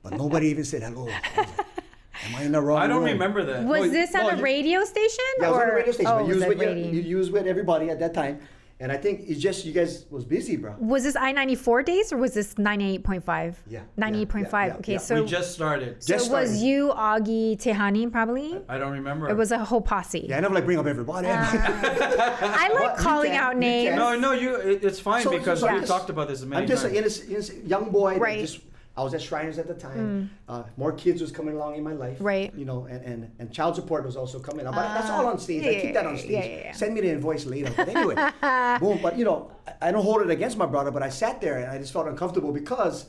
Speaker 3: but nobody even said hello. I was like, Am I in the wrong
Speaker 1: I don't
Speaker 3: room?"
Speaker 1: remember that.
Speaker 2: Was
Speaker 3: No,
Speaker 2: this
Speaker 3: no,
Speaker 2: on a
Speaker 3: you-
Speaker 2: radio station?
Speaker 3: Yeah, I was
Speaker 2: or?
Speaker 3: on the radio station.
Speaker 2: Oh,
Speaker 3: but you
Speaker 2: was
Speaker 3: was
Speaker 2: it
Speaker 3: with, your-
Speaker 2: radio?
Speaker 3: you, you was with everybody at that time. And I think it's just you guys was busy, bro.
Speaker 2: Was this I ninety four days or was this ninety eight point five?
Speaker 3: Yeah, yeah,
Speaker 2: ninety eight point five.
Speaker 3: yeah, yeah,
Speaker 2: Okay,
Speaker 3: yeah.
Speaker 2: so
Speaker 1: we just started.
Speaker 2: so
Speaker 3: just
Speaker 2: it was
Speaker 3: started.
Speaker 2: you, Augie, Tehani, probably.
Speaker 1: I don't remember.
Speaker 2: It was a whole posse.
Speaker 3: Yeah, I never like bring up everybody.
Speaker 2: Ah. I like
Speaker 3: But you
Speaker 2: calling
Speaker 3: can-
Speaker 2: out
Speaker 3: you can-
Speaker 2: names.
Speaker 1: no, no. You. It, it's fine
Speaker 3: So- so-
Speaker 1: because
Speaker 3: so I'm
Speaker 1: we
Speaker 3: just-
Speaker 1: talked about this a many
Speaker 3: I'm just
Speaker 1: times.
Speaker 3: an innocent, innocent young boy. that
Speaker 2: Right. Mm.
Speaker 3: Just, I was at Shriners at the time. Uh, more kids was coming along in my life.
Speaker 2: Right. Ah,
Speaker 3: You know, and, and, and child support was also coming up. But that's all on stage. I
Speaker 2: yeah,
Speaker 3: keep that on
Speaker 2: yeah,
Speaker 3: stage.
Speaker 2: yeah, yeah.
Speaker 3: Send me the invoice later. But anyway, boom. But you know, I, I don't hold it against my brother. But I sat there and I just felt uncomfortable because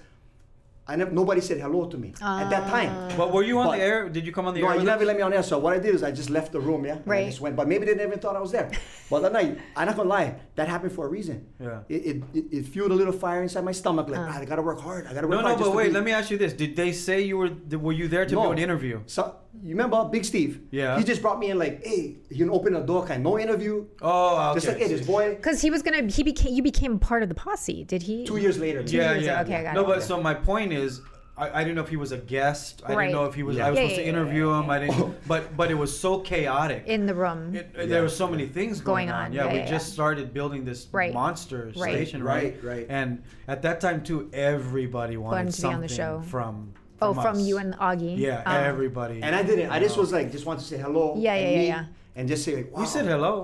Speaker 3: I never, nobody said hello to me at that
Speaker 2: Ah.
Speaker 3: time.
Speaker 1: But were you on
Speaker 3: But-
Speaker 1: the air? Did you come on the
Speaker 3: No,
Speaker 1: air?
Speaker 3: you
Speaker 1: with
Speaker 3: never
Speaker 1: us?
Speaker 3: let me on air. So what I did is I just left the room, yeah. And I
Speaker 2: Right.
Speaker 3: just went, but maybe they never even thought I was there. But that night, I'm not gonna lie, that happened for a reason.
Speaker 1: Yeah.
Speaker 3: It it, it, it fueled a little fire inside my stomach.
Speaker 2: Uh.
Speaker 3: Like, "Ah, I gotta work hard. I gotta work
Speaker 1: No,
Speaker 3: hard.
Speaker 1: no,
Speaker 3: just
Speaker 1: but
Speaker 3: to
Speaker 1: wait.
Speaker 3: be-"
Speaker 1: Let me ask you this: Did they say you were? th- Were you there to do an interview?
Speaker 3: So you remember Big Steve?
Speaker 1: Yeah.
Speaker 3: He just brought me in like, hey, you can open a door, kind, no interview.
Speaker 1: Oh, okay.
Speaker 3: Just like, hey, this boy.
Speaker 2: Because he was gonna, he became, you became part of the posse. Did he?
Speaker 3: Two years later.
Speaker 1: yeah,
Speaker 2: years
Speaker 1: yeah.
Speaker 2: ago. Okay, I got
Speaker 1: no,
Speaker 2: it.
Speaker 1: but so my point is, I, I didn't know if he was a guest. I
Speaker 2: Right.
Speaker 1: didn't know if he was.
Speaker 3: Yeah.
Speaker 1: I was
Speaker 2: Yeah,
Speaker 1: supposed to
Speaker 2: yeah, yeah,
Speaker 1: interview him. I didn't. But but it was so chaotic.
Speaker 2: in the room.
Speaker 1: It, There were so many things going,
Speaker 2: Going on.
Speaker 1: Yeah,
Speaker 2: Yeah,
Speaker 1: we
Speaker 2: yeah,
Speaker 1: just
Speaker 2: yeah.
Speaker 1: started building this
Speaker 2: Right.
Speaker 1: monster
Speaker 2: Right.
Speaker 1: station,
Speaker 3: Right,
Speaker 1: right?
Speaker 3: right.
Speaker 1: And at that time too, everybody wanted
Speaker 2: Wanted to be
Speaker 1: something
Speaker 2: on the show.
Speaker 1: from.
Speaker 2: oh, from
Speaker 1: us.
Speaker 2: you and Augie.
Speaker 1: Yeah,
Speaker 2: Oh.
Speaker 1: everybody.
Speaker 3: And I didn't. I just
Speaker 1: Wow.
Speaker 3: was like, just want to say hello.
Speaker 2: Yeah,
Speaker 3: and
Speaker 2: yeah, yeah,
Speaker 3: meet
Speaker 2: yeah.
Speaker 3: And just say like, wow.
Speaker 1: You said hello.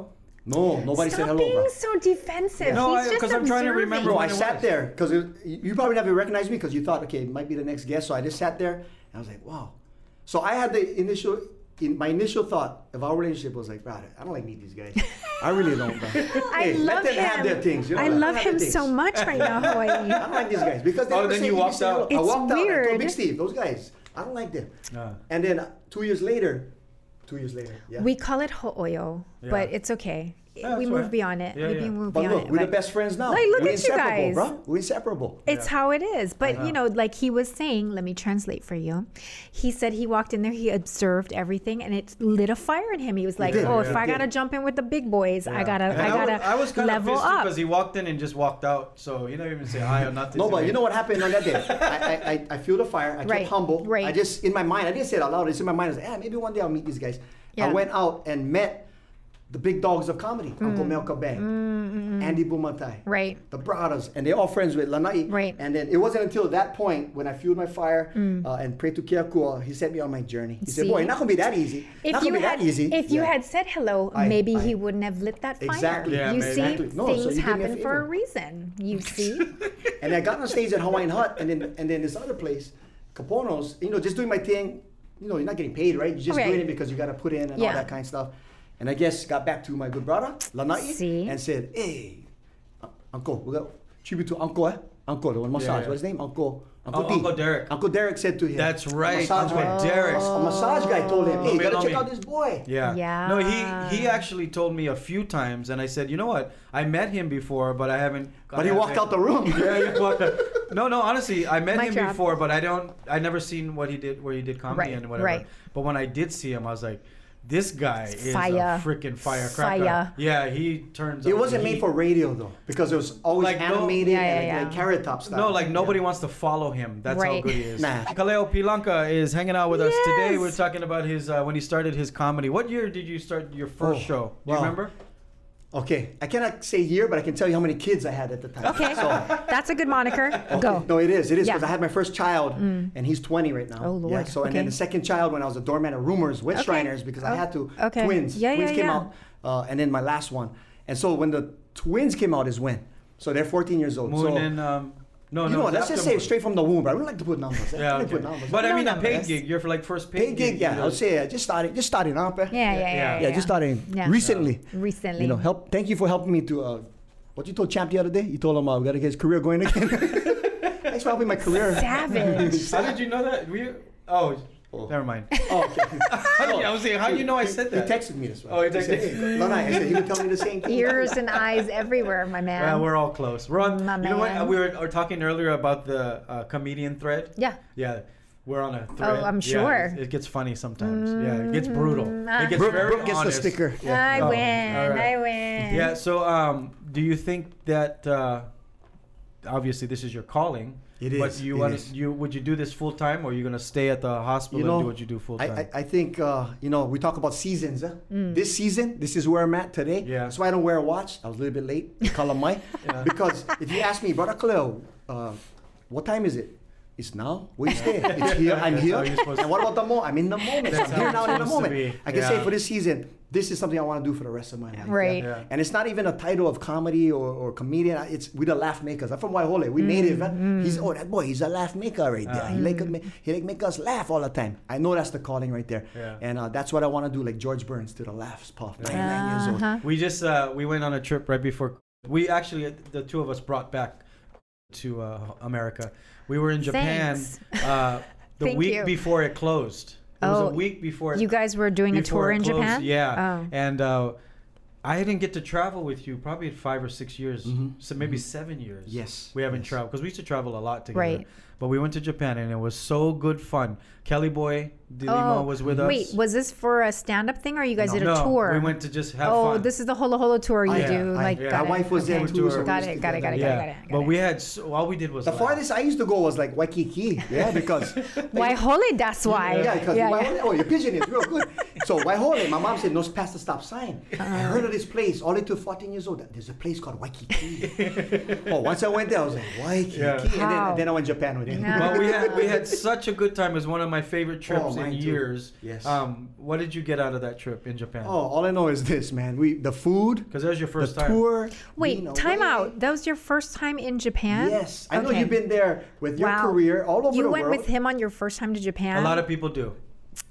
Speaker 3: No, nobody
Speaker 2: Stop
Speaker 3: said hello,
Speaker 2: being
Speaker 3: bro.
Speaker 2: so defensive.
Speaker 1: No,
Speaker 2: He's
Speaker 1: I-
Speaker 2: just
Speaker 1: 'cause I'm trying to
Speaker 2: observing.
Speaker 1: remember
Speaker 3: Bro,
Speaker 1: when
Speaker 3: I
Speaker 1: it
Speaker 3: sat
Speaker 1: was.
Speaker 3: there because you probably never recognized me because you thought, okay, it might be the next guest. So I just sat there and I was like, wow. So I had the initial, in, my initial thought of our relationship was like, bro, I don't like meet these guys. I really don't, bro.
Speaker 2: I
Speaker 3: Hey,
Speaker 2: love
Speaker 3: let them
Speaker 2: him.
Speaker 3: have their things. You know,
Speaker 2: I
Speaker 3: let them
Speaker 2: love
Speaker 3: have their
Speaker 2: him
Speaker 3: things.
Speaker 2: so much right now,
Speaker 3: I don't
Speaker 2: Hawaii.
Speaker 3: like these guys because they
Speaker 1: Oh,
Speaker 3: never
Speaker 1: then
Speaker 3: say
Speaker 1: you
Speaker 3: anything
Speaker 1: walked
Speaker 3: to you.
Speaker 1: out.
Speaker 3: I
Speaker 2: It's
Speaker 3: walked out. I told
Speaker 2: weird.
Speaker 3: Big Steve, those guys, I don't like them.
Speaker 1: Yeah.
Speaker 3: And then uh, two years later, two years later, yeah.
Speaker 2: We call it ho'oyo, but
Speaker 1: Yeah.
Speaker 2: it's okay.
Speaker 1: Yeah,
Speaker 2: we
Speaker 1: that's
Speaker 2: move
Speaker 1: right.
Speaker 2: beyond it.
Speaker 1: Yeah,
Speaker 2: we
Speaker 1: yeah.
Speaker 2: move
Speaker 3: but
Speaker 2: beyond
Speaker 3: look,
Speaker 2: it.
Speaker 3: we're the
Speaker 2: but-
Speaker 3: best friends now.
Speaker 2: Like, look
Speaker 3: we're
Speaker 2: at you
Speaker 3: inseparable,
Speaker 2: guys.
Speaker 3: bro. We're inseparable.
Speaker 2: It's how it is. But,
Speaker 3: Uh-huh.
Speaker 2: you know, like he was saying, let me translate for you. He said he walked in there, he observed everything, and it lit a fire in him. He was like,
Speaker 3: did,
Speaker 2: oh,
Speaker 3: yeah.
Speaker 2: if
Speaker 3: It
Speaker 2: I got to
Speaker 3: did.
Speaker 2: jump in with the big boys, I got to
Speaker 1: And
Speaker 2: I got
Speaker 1: was, I was
Speaker 2: to
Speaker 1: kind
Speaker 2: level
Speaker 1: of pissed
Speaker 2: up.
Speaker 1: because he walked in and just walked out, so he never even say hi or nothing.
Speaker 3: No,
Speaker 1: to
Speaker 3: but
Speaker 1: me.
Speaker 3: you know what happened on that day? I, I, I, I feel the fire. I kept
Speaker 2: Right,
Speaker 3: humble.
Speaker 2: right.
Speaker 3: I just, in my mind, I didn't say it out loud. It's in my mind. I was like, eh, maybe one day I'll meet these guys. I
Speaker 2: Yeah. Mm.
Speaker 3: went out and met the big dogs of comedy Uncle Mel Cabang, Andy Bumatai,
Speaker 2: Right.
Speaker 3: the Brothers, and they're all friends with Lanai.
Speaker 2: Right. Mm.
Speaker 3: And then it wasn't until that point when I fueled my fire uh, and prayed to Kiakua, he sent me on my journey. He said,
Speaker 2: See?
Speaker 3: boy, it's not going to be that easy.
Speaker 2: If
Speaker 3: not
Speaker 2: you
Speaker 3: gonna be
Speaker 2: had,
Speaker 3: that easy.
Speaker 2: if you
Speaker 3: Yeah.
Speaker 2: had said hello,
Speaker 3: I-
Speaker 2: maybe
Speaker 3: I-
Speaker 2: he wouldn't have lit that fire.
Speaker 3: Exactly.
Speaker 1: Yeah,
Speaker 2: you
Speaker 1: maybe.
Speaker 2: see,
Speaker 1: Exactly.
Speaker 3: No, so you
Speaker 2: things
Speaker 3: did me a
Speaker 2: happen for a
Speaker 3: favor.
Speaker 2: reason. You see,
Speaker 3: And I got on stage at Hawaiian Hut, and then and then this other place, Capono's. You know, just doing my thing. You know, you're not getting paid, right? You're just
Speaker 2: Right.
Speaker 3: doing it because you got to put in and all
Speaker 2: Yeah.
Speaker 3: that kind of stuff. And I guess got back to my good brother Lanai
Speaker 2: See?
Speaker 3: and said, "Hey, Un- Uncle, we got tribute to Uncle, eh? Uncle, the one massage.
Speaker 1: yeah.
Speaker 3: What's his name? Uncle."
Speaker 1: Un-
Speaker 3: D.
Speaker 1: Uncle Derek.
Speaker 3: Uncle Derek said to him.
Speaker 1: That's
Speaker 3: a
Speaker 1: right,
Speaker 3: Massage
Speaker 1: Uncle
Speaker 3: guy.
Speaker 1: Derek.
Speaker 3: A massage guy told him, "Hey, you
Speaker 1: Lomi,
Speaker 3: gotta check
Speaker 1: Lomi.
Speaker 3: out this boy."
Speaker 1: Yeah.
Speaker 2: Yeah.
Speaker 1: No, he he actually told me a few times, and I said, you know what? I met him before, but I haven't.
Speaker 3: But he walked out the room.
Speaker 1: yeah, he walked out. No, no. Honestly, I met
Speaker 2: My
Speaker 1: him
Speaker 2: job.
Speaker 1: before, but I don't. I never seen what he did, where he did comedy
Speaker 2: Right,
Speaker 1: and whatever.
Speaker 2: right.
Speaker 1: But when I did see him, I was like, this guy is
Speaker 2: Fire.
Speaker 1: a freaking firecracker.
Speaker 2: Fire.
Speaker 1: Yeah, he turns.
Speaker 3: It
Speaker 1: up
Speaker 3: wasn't
Speaker 1: heat.
Speaker 3: made for radio though, because it was always
Speaker 1: Like, no-
Speaker 3: animated
Speaker 2: Yeah, yeah,
Speaker 3: and like,
Speaker 2: yeah.
Speaker 3: like carrot top style.
Speaker 1: No, like
Speaker 3: Yeah.
Speaker 1: nobody wants to follow him. That's how
Speaker 2: Right.
Speaker 1: good he is.
Speaker 3: Nah.
Speaker 1: Kaleo Pilanka is hanging out with us today.
Speaker 2: Yes.
Speaker 1: We're talking about his uh, when he started his comedy. What year did you start your first
Speaker 3: Oh,
Speaker 1: show? Do you
Speaker 3: wow.
Speaker 1: remember?
Speaker 3: Okay, I cannot say year, but I can tell you how many kids I had at the time.
Speaker 2: okay,
Speaker 3: So,
Speaker 2: that's a good moniker. Go.
Speaker 3: No, it is. It is because
Speaker 2: Yeah. Mm.
Speaker 3: I had my first child, and he's 20 right now.
Speaker 2: Oh, Lord.
Speaker 3: Yeah. So, and then
Speaker 2: Okay.
Speaker 3: the second child when I was a doorman at Rumors, Wet
Speaker 2: Okay.
Speaker 3: Shriners, because I
Speaker 2: Oh,
Speaker 3: had to.
Speaker 2: okay.
Speaker 3: Twins.
Speaker 2: Yeah,
Speaker 3: twins
Speaker 2: yeah,
Speaker 3: came
Speaker 2: yeah.
Speaker 3: out, uh, and then my last one. And so when the twins came out is when. So they're 14 years old.
Speaker 1: Moon
Speaker 3: so
Speaker 1: and um, no,
Speaker 3: you
Speaker 1: no.
Speaker 3: know,
Speaker 1: it was
Speaker 3: let's just
Speaker 1: after
Speaker 3: say
Speaker 1: Moon.
Speaker 3: straight from the womb. But I don't like to put numbers. I
Speaker 1: Yeah,
Speaker 3: don't like to put
Speaker 1: okay.
Speaker 3: numbers.
Speaker 1: but I
Speaker 2: No
Speaker 1: mean a paid
Speaker 2: numbers.
Speaker 1: gig. You're for like first paid,
Speaker 3: paid gig, yeah. I would say yeah, just starting, just starting up. eh?
Speaker 2: Yeah, yeah, yeah.
Speaker 1: Yeah,
Speaker 2: Yeah,
Speaker 3: Yeah, just starting
Speaker 2: Yeah.
Speaker 3: recently.
Speaker 2: recently.
Speaker 3: You know, help. Thank you for helping me to. Uh, what you told Champ the other day? You told him uh, we got to get his career going again. Thanks for helping my career.
Speaker 2: Savage.
Speaker 1: How did you know that? We oh, never mind.
Speaker 3: Oh, okay.
Speaker 1: How did you- I was saying, how do you know I said
Speaker 3: He
Speaker 1: that?
Speaker 3: texted me this way.
Speaker 1: Oh, he texted-
Speaker 3: said, "Hey, Lana," he said, you can tell me the same thing.
Speaker 2: Ears and eyes everywhere, my man.
Speaker 1: Well, we're all close. We're on.
Speaker 2: My
Speaker 1: you know what?
Speaker 2: man.
Speaker 1: We were, were talking earlier about the uh, comedian thread.
Speaker 2: Yeah.
Speaker 1: Yeah. We're on a thread.
Speaker 2: Oh, I'm
Speaker 1: Yeah,
Speaker 2: sure.
Speaker 1: it- it gets funny sometimes. Yeah, it gets brutal.
Speaker 2: ah.
Speaker 1: It gets
Speaker 3: Brooke,
Speaker 1: very
Speaker 3: Brooke gets the
Speaker 1: honest.
Speaker 3: sticker.
Speaker 2: I
Speaker 1: Oh,
Speaker 2: win.
Speaker 1: all right.
Speaker 2: I win.
Speaker 1: Yeah. So, um, do you think that uh, obviously this is your calling?
Speaker 3: It
Speaker 1: But
Speaker 3: is,
Speaker 1: you
Speaker 3: it
Speaker 1: want
Speaker 3: is.
Speaker 1: you would you do this full time, or are you gonna stay at the hospital
Speaker 3: You know,
Speaker 1: and do what you do full
Speaker 3: I,
Speaker 1: time?
Speaker 3: I, I think, uh, you know, we talk about seasons. Huh? This season, this is where I'm at today.
Speaker 1: Yeah.
Speaker 3: That's why I don't wear a watch. I was a little bit late, color my. Because if you ask me, Brother Khalil, uh, what time is it? It's now. Where you stay? It's here. I'm
Speaker 1: That's
Speaker 3: here.
Speaker 1: how you're supposed to-
Speaker 3: And what about the moment? I'm in the moment.
Speaker 1: That's
Speaker 3: I'm
Speaker 1: how
Speaker 3: here now
Speaker 1: it's
Speaker 3: and in the
Speaker 1: supposed to
Speaker 3: moment.
Speaker 1: be.
Speaker 3: I can say
Speaker 1: Yeah.
Speaker 3: for this season, this is something I want to do for the rest of my life. yeah?
Speaker 2: Right.
Speaker 1: Yeah.
Speaker 3: And it's not even a title of comedy or, or comedian. I- It's we the laugh makers. I'm from Waihole. We native. huh? He's oh that boy. He's a laugh maker right there. he like ma- he like make us laugh all the time. I know that's the calling right there.
Speaker 1: Yeah.
Speaker 3: And uh, that's what I want to do. Like George Burns to the laughs puff. 99 years old.
Speaker 2: Uh-huh.
Speaker 1: we just uh, we went on a trip right before. We actually the two of us brought back to uh, America. We were in Japan
Speaker 2: Thanks.
Speaker 1: uh, the
Speaker 2: Thank
Speaker 1: week
Speaker 2: you.
Speaker 1: before it closed. It was
Speaker 2: Oh,
Speaker 1: a week before it
Speaker 2: You guys were doing a
Speaker 1: before
Speaker 2: tour
Speaker 1: it
Speaker 2: in
Speaker 1: closed,
Speaker 2: Japan?
Speaker 1: Yeah.
Speaker 2: Oh.
Speaker 1: And uh, I didn't get to travel with you probably in five or six years, so maybe seven years.
Speaker 3: Mm-hmm. Yes,
Speaker 1: We haven't
Speaker 3: yes.
Speaker 1: traveled because we used to travel a lot together.
Speaker 2: Right.
Speaker 1: But we went to Japan and it was so good fun. Kelly Boy De Lima was with us.
Speaker 2: Oh. Wait, was this for a stand up thing or you guys
Speaker 3: No.
Speaker 2: did a
Speaker 1: no,
Speaker 2: tour?
Speaker 1: We went to just have
Speaker 2: oh,
Speaker 1: fun.
Speaker 2: this is the holo holo tour you
Speaker 3: I-
Speaker 2: do.
Speaker 3: I-
Speaker 2: like,
Speaker 1: yeah.
Speaker 2: got
Speaker 1: My
Speaker 2: it.
Speaker 3: wife was there
Speaker 2: Okay.
Speaker 1: too, so we
Speaker 2: Got it,
Speaker 3: was
Speaker 2: got it, got it, got it,
Speaker 3: together.
Speaker 2: got
Speaker 1: yeah.
Speaker 2: it. got
Speaker 1: but
Speaker 2: it.
Speaker 1: we had so, all we did was
Speaker 3: The
Speaker 1: laugh.
Speaker 3: farthest I used to go was like Waikiki, yeah, because
Speaker 2: why holy? That's why.
Speaker 3: Yeah, because
Speaker 2: yeah,
Speaker 3: Waihole,
Speaker 2: yeah.
Speaker 3: oh, your pigeon is real good. so Waihole, my mom said, no, it's past the stop sign.
Speaker 2: Uh-huh.
Speaker 3: I heard of this place, only till 14 years old. There's a place called Waikiki. oh, once I went there, I was like, Waikiki.
Speaker 1: Yeah.
Speaker 3: And then,
Speaker 2: Wow.
Speaker 3: then I went to Japan with it.
Speaker 2: Yeah.
Speaker 1: But we had we had such a good time. It was one of my favorite trips in
Speaker 3: Oh, mine too.
Speaker 1: years.
Speaker 3: Yes.
Speaker 1: Um, what did you get out of that trip in Japan?
Speaker 3: Oh, all I know is this, man. We The food,
Speaker 1: because that was your
Speaker 3: the
Speaker 1: first time.
Speaker 3: tour.
Speaker 2: Wait,
Speaker 3: being away.
Speaker 2: time out. That was your first time in Japan?
Speaker 3: Yes. I know
Speaker 2: Okay.
Speaker 3: you've been there with your
Speaker 2: Wow.
Speaker 3: career all over
Speaker 2: You
Speaker 3: the
Speaker 2: went
Speaker 3: world.
Speaker 2: with him on your first time to Japan?
Speaker 1: A lot of people do.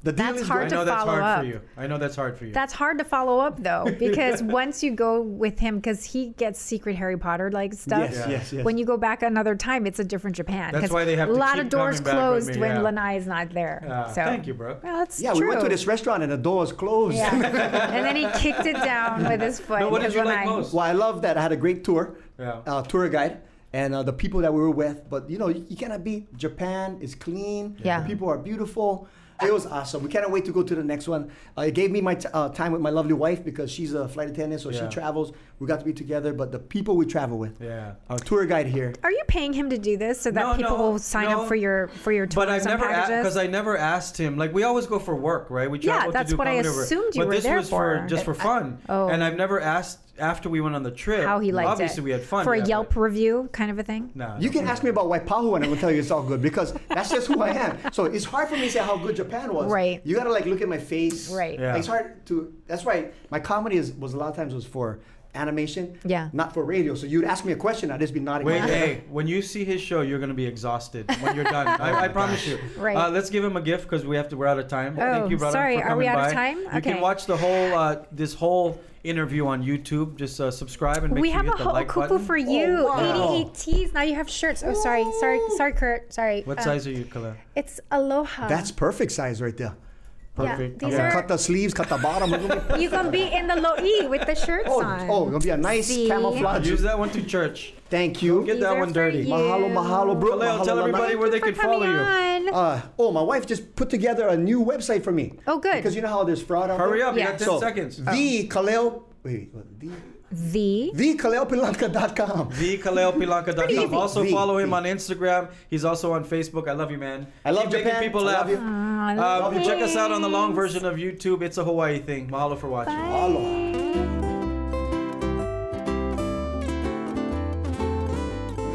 Speaker 3: The deal
Speaker 2: That's
Speaker 3: is
Speaker 1: I
Speaker 2: hard
Speaker 3: good.
Speaker 2: to
Speaker 1: know that's
Speaker 2: follow
Speaker 1: hard
Speaker 2: up.
Speaker 1: for you. I know that's hard for you.
Speaker 2: That's hard to follow up though, because once you go with him, because he gets secret Harry Potter like stuff.
Speaker 3: Yes, Yeah. yes, yes.
Speaker 2: When you go back another time, it's a different Japan.
Speaker 1: That's
Speaker 2: 'cause
Speaker 1: why they have
Speaker 2: a
Speaker 1: to
Speaker 2: lot
Speaker 1: keep
Speaker 2: of doors
Speaker 1: coming back with
Speaker 2: closed
Speaker 1: me,
Speaker 2: when
Speaker 1: yeah.
Speaker 2: Lanai is not there.
Speaker 1: Ah,
Speaker 2: so
Speaker 1: thank you, bro.
Speaker 2: Well, that's
Speaker 3: Yeah,
Speaker 2: true.
Speaker 3: we went to this restaurant and the door was closed.
Speaker 2: Yeah. and then he kicked it down with his foot.
Speaker 1: No, what did
Speaker 2: 'cause
Speaker 1: you like
Speaker 2: Lanai-
Speaker 1: most?
Speaker 3: Well, I love that. I had a great tour,
Speaker 1: Yeah.
Speaker 3: uh, tour guide, and uh, the people that we were with. But you know, you, you cannot beat Japan. It's clean.
Speaker 2: Yeah.
Speaker 3: The people are beautiful. It was awesome. We cannot wait to go to the next one. Uh, it gave me my t- uh, time with my lovely wife because she's a flight attendant, so
Speaker 1: Yeah.
Speaker 3: she travels. We got to be together, but the people we travel with,
Speaker 1: Yeah.
Speaker 3: our tour guide here.
Speaker 2: Are you paying him to do this so that
Speaker 1: No,
Speaker 2: people
Speaker 1: no,
Speaker 2: will sign
Speaker 1: no.
Speaker 2: up for your for your
Speaker 1: But I
Speaker 2: tourism
Speaker 1: never
Speaker 2: packages?
Speaker 1: because I never asked him. Like we always go for work, right? We
Speaker 2: Yeah,
Speaker 1: travel
Speaker 2: that's
Speaker 1: to do
Speaker 2: what I
Speaker 1: comedy over-
Speaker 2: assumed you
Speaker 1: but
Speaker 2: were
Speaker 1: this
Speaker 2: there
Speaker 1: was for
Speaker 2: for.
Speaker 1: just for fun.
Speaker 2: Oh.
Speaker 1: And I've never asked after we went on the trip.
Speaker 2: how he liked
Speaker 1: Obviously
Speaker 2: it.
Speaker 1: Obviously, we had fun
Speaker 2: for
Speaker 1: yeah,
Speaker 2: a
Speaker 1: but-
Speaker 2: Yelp review kind of a thing.
Speaker 1: No,
Speaker 3: You can ask me about Waipahu and I'm gonna tell you it's all good because that's just who I am. So it's hard for me to say how good Japan was.
Speaker 2: Right.
Speaker 3: You gotta like look at my face.
Speaker 2: Right.
Speaker 1: Yeah.
Speaker 3: Like, it's hard to. That's why my comedy is was a lot of times was for animation.
Speaker 2: Yeah.
Speaker 3: Not for radio. So you'd ask me a question, I'd just be nodding. my
Speaker 1: Wait,
Speaker 3: head.
Speaker 1: hey, when you see his show, you're going to be exhausted when you're done. I, I
Speaker 3: Oh,
Speaker 1: promise you.
Speaker 2: Right.
Speaker 1: Uh, let's give him a gift because we have to. We're out of time. Thank
Speaker 2: Oh,
Speaker 1: you, brother,
Speaker 2: sorry,
Speaker 1: for
Speaker 2: are we
Speaker 1: coming
Speaker 2: out
Speaker 1: by.
Speaker 2: of time?
Speaker 1: You can
Speaker 2: Okay.
Speaker 1: watch the whole uh, this whole interview on YouTube. Just uh, subscribe and make
Speaker 2: we
Speaker 1: sure
Speaker 2: have
Speaker 1: you hit
Speaker 2: a
Speaker 1: the
Speaker 2: whole
Speaker 1: like
Speaker 2: kupu
Speaker 1: button.
Speaker 2: for you.
Speaker 3: wow.
Speaker 2: 88 tees. Now you have shirts. Oh, sorry, sorry, sorry, Kurt. Sorry.
Speaker 1: What
Speaker 2: Uh,
Speaker 1: size are you, Kala?
Speaker 2: It's Aloha.
Speaker 3: That's perfect size right there.
Speaker 1: Perfect.
Speaker 2: these
Speaker 1: Yeah.
Speaker 2: are-
Speaker 3: Cut the sleeves, cut the bottom. It's gonna be
Speaker 2: you can be in the loe with the shirts
Speaker 3: Oh,
Speaker 2: on.
Speaker 3: oh, it'll be a nice
Speaker 2: See?
Speaker 1: Use
Speaker 3: camouflage.
Speaker 1: that one to church.
Speaker 3: Thank you.
Speaker 1: Get
Speaker 2: These
Speaker 1: that
Speaker 2: are
Speaker 1: one
Speaker 2: for
Speaker 1: dirty.
Speaker 2: you.
Speaker 3: Mahalo, mahalo, bro.
Speaker 1: Kaleo, tell
Speaker 3: mahalo,
Speaker 1: everybody
Speaker 3: lanai.
Speaker 1: where they
Speaker 2: Thank
Speaker 1: can
Speaker 2: you for
Speaker 1: follow
Speaker 2: coming
Speaker 1: you.
Speaker 2: on.
Speaker 3: Uh, oh, my wife just put together a new website for me.
Speaker 2: Oh, good.
Speaker 3: Because you know how there's fraud out
Speaker 1: Hurry
Speaker 3: there?
Speaker 1: up, you
Speaker 2: Yeah.
Speaker 1: got 10
Speaker 3: So,
Speaker 1: seconds.
Speaker 3: The Kaleo. Wait, what, the,
Speaker 2: the
Speaker 3: the KaleoPilanka.com.
Speaker 1: The KaleoPilanka.com.
Speaker 3: easy.
Speaker 1: Also
Speaker 3: The,
Speaker 1: follow him
Speaker 3: the.
Speaker 1: on Instagram. He's also on Facebook. I love you, man.
Speaker 3: I love
Speaker 1: Keep making
Speaker 3: Japan.
Speaker 1: people
Speaker 3: I
Speaker 1: laugh.
Speaker 3: love you.
Speaker 2: Ah,
Speaker 1: Um,
Speaker 2: love
Speaker 1: check us out on the long
Speaker 2: it.
Speaker 1: version of YouTube. It's a Hawaii thing. Mahalo for watching.
Speaker 3: Aloha. Oh,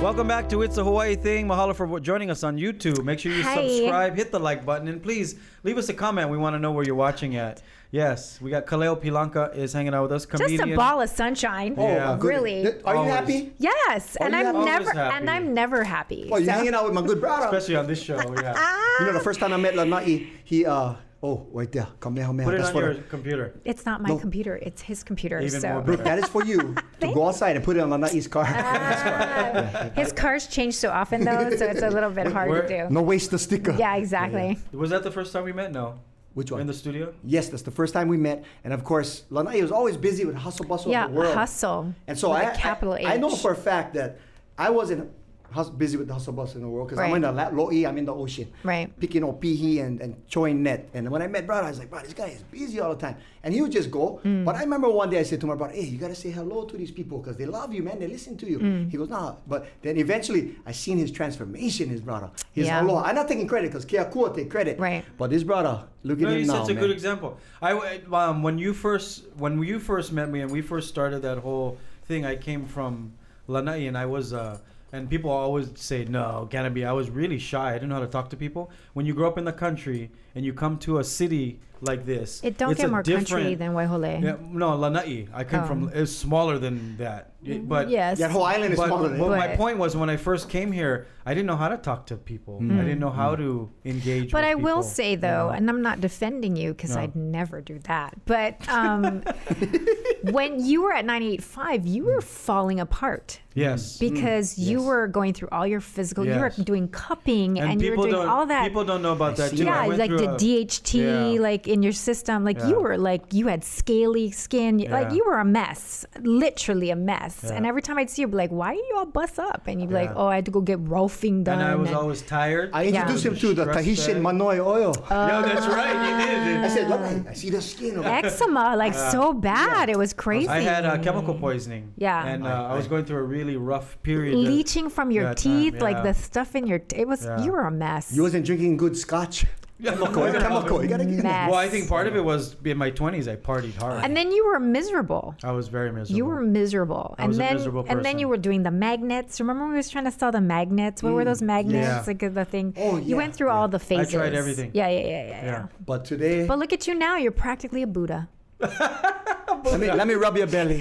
Speaker 1: Welcome back to It's a Hawaii Thing. Mahalo for joining us on YouTube. Make sure you
Speaker 2: Hi.
Speaker 1: subscribe, hit the like button, and please leave us a comment. We want to know where you're watching at. Yes, we got Kaleo Pilanka is hanging out with us.
Speaker 2: Just
Speaker 1: Comedian.
Speaker 2: a ball of sunshine.
Speaker 1: Oh, Yeah.
Speaker 3: good.
Speaker 2: really.
Speaker 3: Th- Are you
Speaker 1: Always.
Speaker 3: happy?
Speaker 2: Yes, and
Speaker 3: you
Speaker 2: I'm
Speaker 3: always
Speaker 2: never
Speaker 1: happy.
Speaker 2: and I'm never happy.
Speaker 3: Oh, you're
Speaker 2: so-
Speaker 3: hanging out with my good brother.
Speaker 1: Especially on this show. Yeah.
Speaker 2: Ah,
Speaker 3: You know, the first time I met Lanai, he, uh, oh, right there. Kamehameha.
Speaker 1: Put it
Speaker 3: That's
Speaker 1: on
Speaker 3: what I-
Speaker 1: your computer.
Speaker 2: it's not my
Speaker 3: No.
Speaker 2: computer. It's his computer.
Speaker 1: Even
Speaker 2: so
Speaker 1: more better.
Speaker 3: Brooke, that is for you to go outside and put it on Lanai's car.
Speaker 2: Uh, Ah, his cars change so often though, so it's a little bit hard to
Speaker 1: We're-
Speaker 2: do.
Speaker 3: no waste the sticker.
Speaker 2: Yeah, exactly.
Speaker 1: Was that the first time we met? No.
Speaker 3: Which
Speaker 1: In
Speaker 3: one?
Speaker 1: the studio?
Speaker 3: Yes, that's the first time we met. And of course, Lanai was always busy with hustle bustle
Speaker 2: Yeah,
Speaker 3: of the world.
Speaker 2: hustle.
Speaker 3: And so
Speaker 2: with
Speaker 3: I,
Speaker 2: a capital
Speaker 3: I, I know
Speaker 2: H.
Speaker 3: for a fact that I wasn't hus- busy with the hustle bustle in the world because I'm
Speaker 2: Right.
Speaker 3: in the la- low E, I'm in the ocean.
Speaker 2: Right.
Speaker 3: Picking up pihi and, and throwing net. And when I met brother, I was like, bro, this guy is busy all the time. And he would just go.
Speaker 2: Mm.
Speaker 3: But I remember one day I said to my brother, hey, you got to say hello to these people because they love you, man. They listen to you.
Speaker 2: Mm.
Speaker 3: He goes, nah. But then eventually I seen his transformation, his brother. His
Speaker 2: Yeah.
Speaker 3: aloha. I'm not taking credit because Keakua take credit.
Speaker 2: Right.
Speaker 3: But this brother, look at
Speaker 1: No,
Speaker 3: him
Speaker 1: you're
Speaker 3: now,
Speaker 1: such a
Speaker 3: man.
Speaker 1: good example. I w- um, when you first when you first met me and we first started that whole thing, I came from Lanai and I was uh, and people always say no, gonna be. I was really shy. I didn't know how to talk to people. When you grow up in the country and you come to a city like this,
Speaker 2: It don't
Speaker 1: it's
Speaker 2: get
Speaker 1: a
Speaker 2: more country
Speaker 1: different-
Speaker 2: than Waihole.
Speaker 1: Yeah, no, Lanai. I came
Speaker 2: Oh. Mm,
Speaker 1: from. It's smaller than that. It- But
Speaker 2: yes.
Speaker 3: That whole island is
Speaker 1: but,
Speaker 3: smaller than
Speaker 1: but my
Speaker 2: Right.
Speaker 1: point was when I first came here, I didn't know how to talk to people. I
Speaker 3: Mm.
Speaker 1: didn't know how to engage.
Speaker 2: But
Speaker 1: with
Speaker 2: I will
Speaker 1: people,
Speaker 2: say
Speaker 1: you
Speaker 2: though,
Speaker 1: know?
Speaker 2: and I'm not defending you because
Speaker 1: No.
Speaker 2: I'd never do that. But um, when you were at 985, you were falling apart
Speaker 1: Mm. yes,
Speaker 2: because you
Speaker 3: Yes.
Speaker 2: were going through all your physical. You
Speaker 1: Yes.
Speaker 2: were doing cupping and, you were
Speaker 1: people
Speaker 2: doing
Speaker 1: don't.
Speaker 2: all that.
Speaker 1: People don't know about that too. I
Speaker 2: yeah,
Speaker 1: went
Speaker 2: like
Speaker 1: through
Speaker 2: the
Speaker 1: a-
Speaker 2: DHT,
Speaker 1: Yeah.
Speaker 2: like in your system, like
Speaker 1: Yeah.
Speaker 2: you were like you had scaly skin, y- like
Speaker 1: Yeah.
Speaker 2: you were a mess, literally a mess. And
Speaker 1: Yeah.
Speaker 2: every time I'd see you, I'd be like, "Why are you all bust up?" And you'd be like,
Speaker 1: Yeah.
Speaker 2: "Oh, I had to go get rolfing done."
Speaker 1: And I was
Speaker 2: and-
Speaker 1: always tired.
Speaker 3: I introduced
Speaker 1: Yeah.
Speaker 3: him to the
Speaker 1: Stress
Speaker 3: Tahitian
Speaker 1: bag.
Speaker 3: Manoy oil.
Speaker 1: Yo, that's right. You did.
Speaker 3: I said, look, I
Speaker 2: Um,
Speaker 3: see the skin. Of
Speaker 2: Oh, eczema, like so bad, it was crazy.
Speaker 1: I had uh, chemical poisoning.
Speaker 2: Yeah.
Speaker 1: And uh, I, was going through a really rough period. of-
Speaker 2: leaching from your
Speaker 1: Yeah, time,
Speaker 2: teeth,
Speaker 1: yeah.
Speaker 2: like the stuff in your. T- it was
Speaker 1: Yeah.
Speaker 2: you were a mess.
Speaker 3: You wasn't drinking good scotch. Chemical, chemical. You gotta get in there.
Speaker 2: Mess.
Speaker 1: Well, I think part of it was in my 20s, I partied hard.
Speaker 2: and then you were miserable.
Speaker 1: I was very miserable.
Speaker 2: You were miserable,
Speaker 1: I
Speaker 2: and
Speaker 1: was a
Speaker 2: then
Speaker 1: miserable
Speaker 2: and then you
Speaker 1: person.
Speaker 2: were doing the magnets. Remember, when we was trying to sell the magnets. What were those magnets?
Speaker 1: Yeah.
Speaker 2: Like uh, the thing.
Speaker 3: Mm, Oh,
Speaker 2: You went
Speaker 3: yeah,
Speaker 2: through all the
Speaker 1: tried
Speaker 2: phases.
Speaker 1: everything.
Speaker 2: Yeah, yeah, yeah, yeah, yeah.
Speaker 1: Yeah.
Speaker 3: But today,
Speaker 2: But look at you now. You're practically a Buddha.
Speaker 3: let me, let me rub your belly.